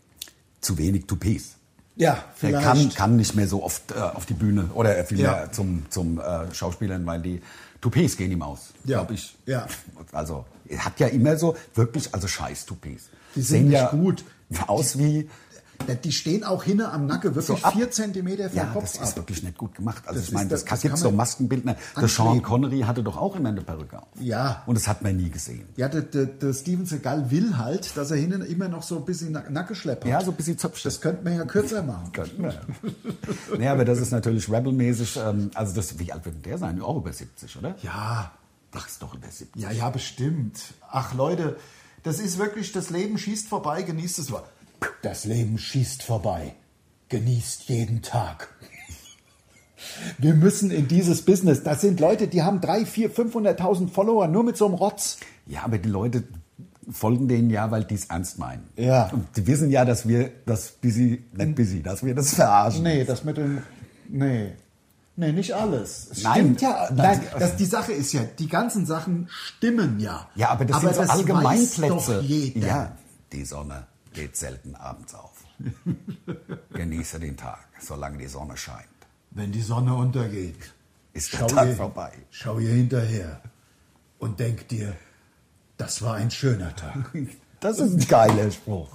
S4: zu wenig Toupees.
S3: Ja,
S4: Er
S3: vielleicht.
S4: kann, kann nicht mehr so oft äh, auf die Bühne oder vielmehr
S3: Ja.
S4: zum, zum äh, Schauspielern, weil die Toupees gehen ihm aus,
S3: Ja.
S4: glaube ich.
S3: Ja.
S4: <laughs> Also, er hat ja immer so wirklich, also scheiß Toupees.
S3: Die sind nicht gut.
S4: aus wie,
S3: Die stehen auch hinne am Nacken, wirklich
S4: So ab-
S3: vier Zentimeter vom
S4: ja,
S3: Kopf
S4: das
S3: ab.
S4: ist wirklich nicht gut gemacht. Also
S3: Das
S4: ich meine,
S3: ist-
S4: das,
S3: das- das
S4: gibt
S3: kann
S4: so
S3: man
S4: Maskenbildner. Der Sean
S3: ankleben.
S4: Connery hatte doch auch immer eine Perücke auf.
S3: Ja.
S4: Und das hat man nie gesehen.
S3: Ja, der, der, der Steven Seagal will halt, dass er hinten immer noch so ein bisschen Nack- Nackenschlepp hat.
S4: Ja, so ein bisschen Zöpfchen.
S3: Das könnte man ja kürzer machen.
S4: <laughs> nee, aber das ist natürlich Rebel-mäßig. Ähm, also das, wie alt wird denn der sein? Auch über 70, oder?
S3: Ja,
S4: Ach, ist doch über 70.
S3: Ja, ja, bestimmt. Ach Leute, das ist wirklich, das Leben schießt vorbei, genießt es mal. Das Leben schießt vorbei, genießt jeden Tag. Wir müssen in dieses Business. Das sind Leute, die haben 3, 4, 500.000 Follower nur mit so einem Rotz.
S4: Ja, aber die Leute folgen denen ja, weil die es ernst meinen.
S3: Ja. Hm.
S4: Und die wissen ja, dass wir das busy, nicht busy, dass wir das verarschen.
S3: Nee, das mit dem. Nee. Nee, nicht alles. Es
S4: Nein.
S3: Stimmt ja.
S4: Nein.
S3: Nein, das, die Sache ist ja, die ganzen Sachen stimmen ja.
S4: Ja, aber das sind so
S3: weiß
S4: Allgemeinplätze.
S3: Doch jeder.
S4: Ja, die Sonne geht selten abends
S3: <laughs>
S4: auf. Genieße den Tag, solange die Sonne scheint.
S3: Wenn die Sonne untergeht,
S4: Ist der Tag
S3: ihr-
S4: vorbei.
S3: Schau ihr hinterher und denk dir, das war ein schöner <laughs> Tag.
S4: <laughs> Das ist ein geiler Spruch.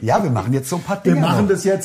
S4: Ja, wir machen jetzt so ein paar Dinge. noch. wir sind,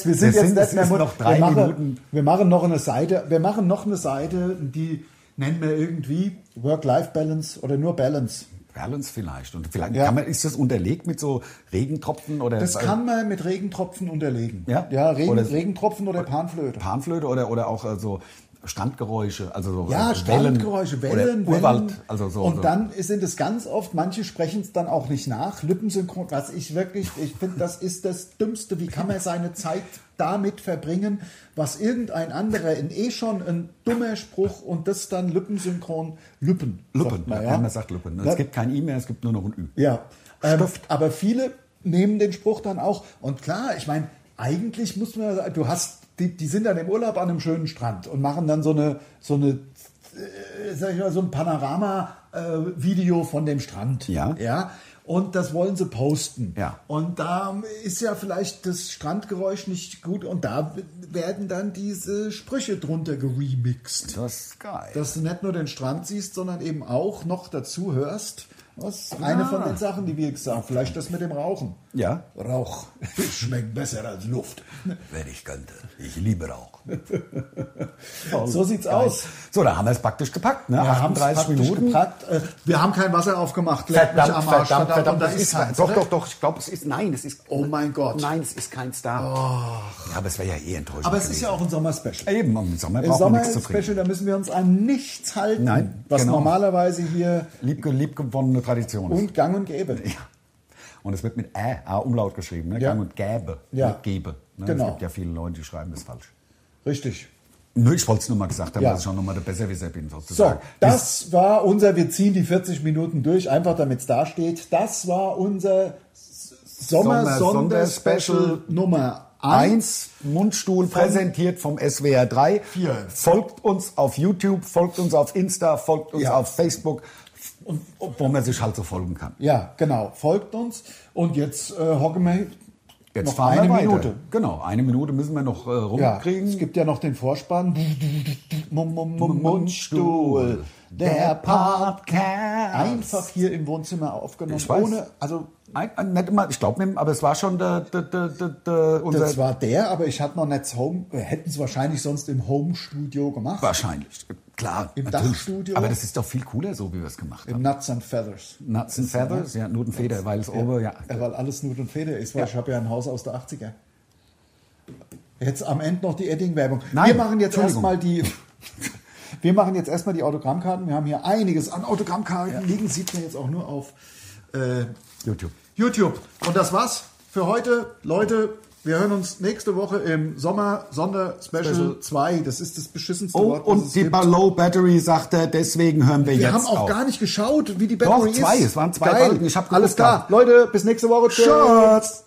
S4: es ist
S3: mut-
S4: noch drei
S3: wir machen,
S4: Minuten.
S3: Wir machen noch eine Seite, wir machen noch eine Seite, die nennen wir irgendwie Work-Life-Balance oder nur Balance.
S4: Balance vielleicht. Und vielleicht
S3: Ja.
S4: kann man, ist das unterlegt mit so Regentropfen oder äh,
S3: Das kann man mit Regentropfen unterlegen.
S4: Ja?
S3: ja Regen,
S4: Oder-
S3: Regentropfen oder Panflöte.
S4: Panflöte oder, oder auch äh, so Strandgeräusche, also so
S3: Ja,
S4: äh,
S3: Strandgeräusche, Wellen, Wellen.
S4: oder Urwald, also so.
S3: Und
S4: so.
S3: dann sind es ganz oft, manche sprechen es dann auch nicht nach, lippensynchron, was ich wirklich, ich finde, das ist das Dümmste. Wie kann man seine Zeit damit verbringen, was irgendein anderer in eh schon ein dummer Spruch und das dann lippensynchron, Lüppen.
S4: Lüppen,
S3: man,
S4: ja, man sagt Lüppen. ne? Es
S3: Ja.
S4: gibt kein I mehr, es gibt nur noch ein Ü.
S3: Ja, ähm,
S4: Stift.
S3: aber viele nehmen den Spruch dann auch. Und klar, ich meine, eigentlich muss man, sagen, du hast, die, die sind dann im Urlaub an einem schönen Strand und machen dann so eine, so eine, äh, sag ich mal, so ein Panorama-Video von dem Strand.
S4: Ja.
S3: Ja. Und das wollen sie posten.
S4: Ja.
S3: Und da ist ja vielleicht das Strandgeräusch nicht gut und da werden dann diese Sprüche drunter geremixed.
S4: Das ist geil.
S3: Dass du nicht nur den Strand siehst, sondern eben auch noch dazu hörst. Was? Eine von den Sachen, die wir gesagt haben. Vielleicht das mit dem Rauchen.
S4: Ah. Ja.
S3: Rauch <laughs> schmeckt besser als Luft.
S4: Wenn ich könnte. Ich liebe Rauch.
S3: So sieht's aus.
S4: So, da haben wir es praktisch gepackt, ne?
S3: Wir haben's
S4: 38
S3: praktisch
S4: Minuten.
S3: gepackt. Äh, Wir haben kein Wasser aufgemacht. Leckt mich
S4: Verdammt,
S3: am
S4: verdammt,
S3: Arsch,
S4: verdammt,
S3: verdammt, und da
S4: das ist
S3: keins,
S4: doch,
S3: oder?
S4: doch, doch, ich glaube, es ist, nein, es ist,
S3: Oh mein Gott.
S4: nein, es ist kein Star. Ja, aber es wäre ja eh enttäuschend
S3: Aber es ist
S4: gewesen.
S3: ja auch ein Sommerspecial.
S4: Eben, im Sommer
S3: Im
S4: braucht man nichts zu
S3: Sommerspecial,
S4: trinken.
S3: da müssen wir uns an nichts halten.
S4: Nein,
S3: was
S4: genau.
S3: normalerweise hier
S4: Lieb, liebgewonnene Tradition. ist.
S3: und gang und gäbe.
S4: Und es wird mit Ä, A umlaut geschrieben, ne?
S3: Ja.
S4: Gang und Gäbe,
S3: Ja.
S4: nicht Gebe. Ne?
S3: Genau.
S4: Es gibt ja viele Leute, die schreiben das falsch.
S3: Richtig.
S4: Nö, ich wollte es nur mal gesagt haben,
S3: Ja.
S4: dass ich auch nochmal der Besserwisser bin,
S3: So,
S4: sozusagen.
S3: das war unser, wir ziehen die 40 Minuten durch, einfach damit es da steht. Das war unser S-
S4: Sommer-Sonderspecial
S3: Sommer-Sonderspecial Nummer 1.
S4: 1 Mundstuhl präsentiert vom SWR 3.
S3: Vier.
S4: Folgt uns auf YouTube, folgt uns auf Insta, folgt uns
S3: Ja.
S4: auf Facebook, wo man sich halt so folgen kann.
S3: Ja, genau, folgt uns. Und jetzt äh, hocken wir
S4: Jetzt
S3: Noch
S4: fahren
S3: eine
S4: wir weiter.
S3: Minute.
S4: Genau, eine Minute müssen wir noch äh,
S3: Ja,
S4: rumkriegen.
S3: es gibt ja noch den Vorspann. Mum- mum- mum- Mundstuhl, der Podcast. Einfach hier im Wohnzimmer aufgenommen.
S4: Ich weiß.
S3: Ohne, also
S4: Ein, ein, nicht mal, ich glaube, aber es war schon der, der, der, der, der unser
S3: das war der, aber ich hatte noch nicht Home, äh, hätten es wahrscheinlich sonst im Home-Studio gemacht.
S4: wahrscheinlich. Klar,
S3: Im
S4: natürlich.
S3: Dachstudio?
S4: Aber das ist doch viel cooler, so wie wir es gemacht
S3: Im
S4: haben.
S3: Nuts and Feathers.
S4: Nuts and Feathers, ja, Notenfeder, weil es oben, ja.
S3: Ja, weil alles Nut und Feder ist, weil ich habe ja ein Haus aus der 80er. Jetzt am Ende noch die Edding-Werbung.
S4: Nein,
S3: Wir machen jetzt
S4: Entschuldigung.
S3: erstmal die. <laughs> Wir machen jetzt erstmal die Autogrammkarten. Wir haben hier einiges an Autogrammkarten liegen. Sieht man jetzt auch nur auf äh,
S4: YouTube.
S3: YouTube. Und das war's für heute. Leute, wir hören uns nächste Woche im Sommer Sonder-Special
S4: Special.
S3: 2. Das ist das beschissenste
S4: Oh,
S3: Wort. was es
S4: und die
S3: gibt.
S4: Low Battery sagt er, deswegen hören wir,
S3: Wir
S4: jetzt
S3: haben auch
S4: auf.
S3: gar nicht geschaut, wie die Battery
S4: zwei,
S3: ist.
S4: es waren zwei
S3: Geil.
S4: Balken, ich hab
S3: Alles
S4: geguckt
S3: klar. Leute, bis nächste Woche. Tschüss.
S4: Tschüss.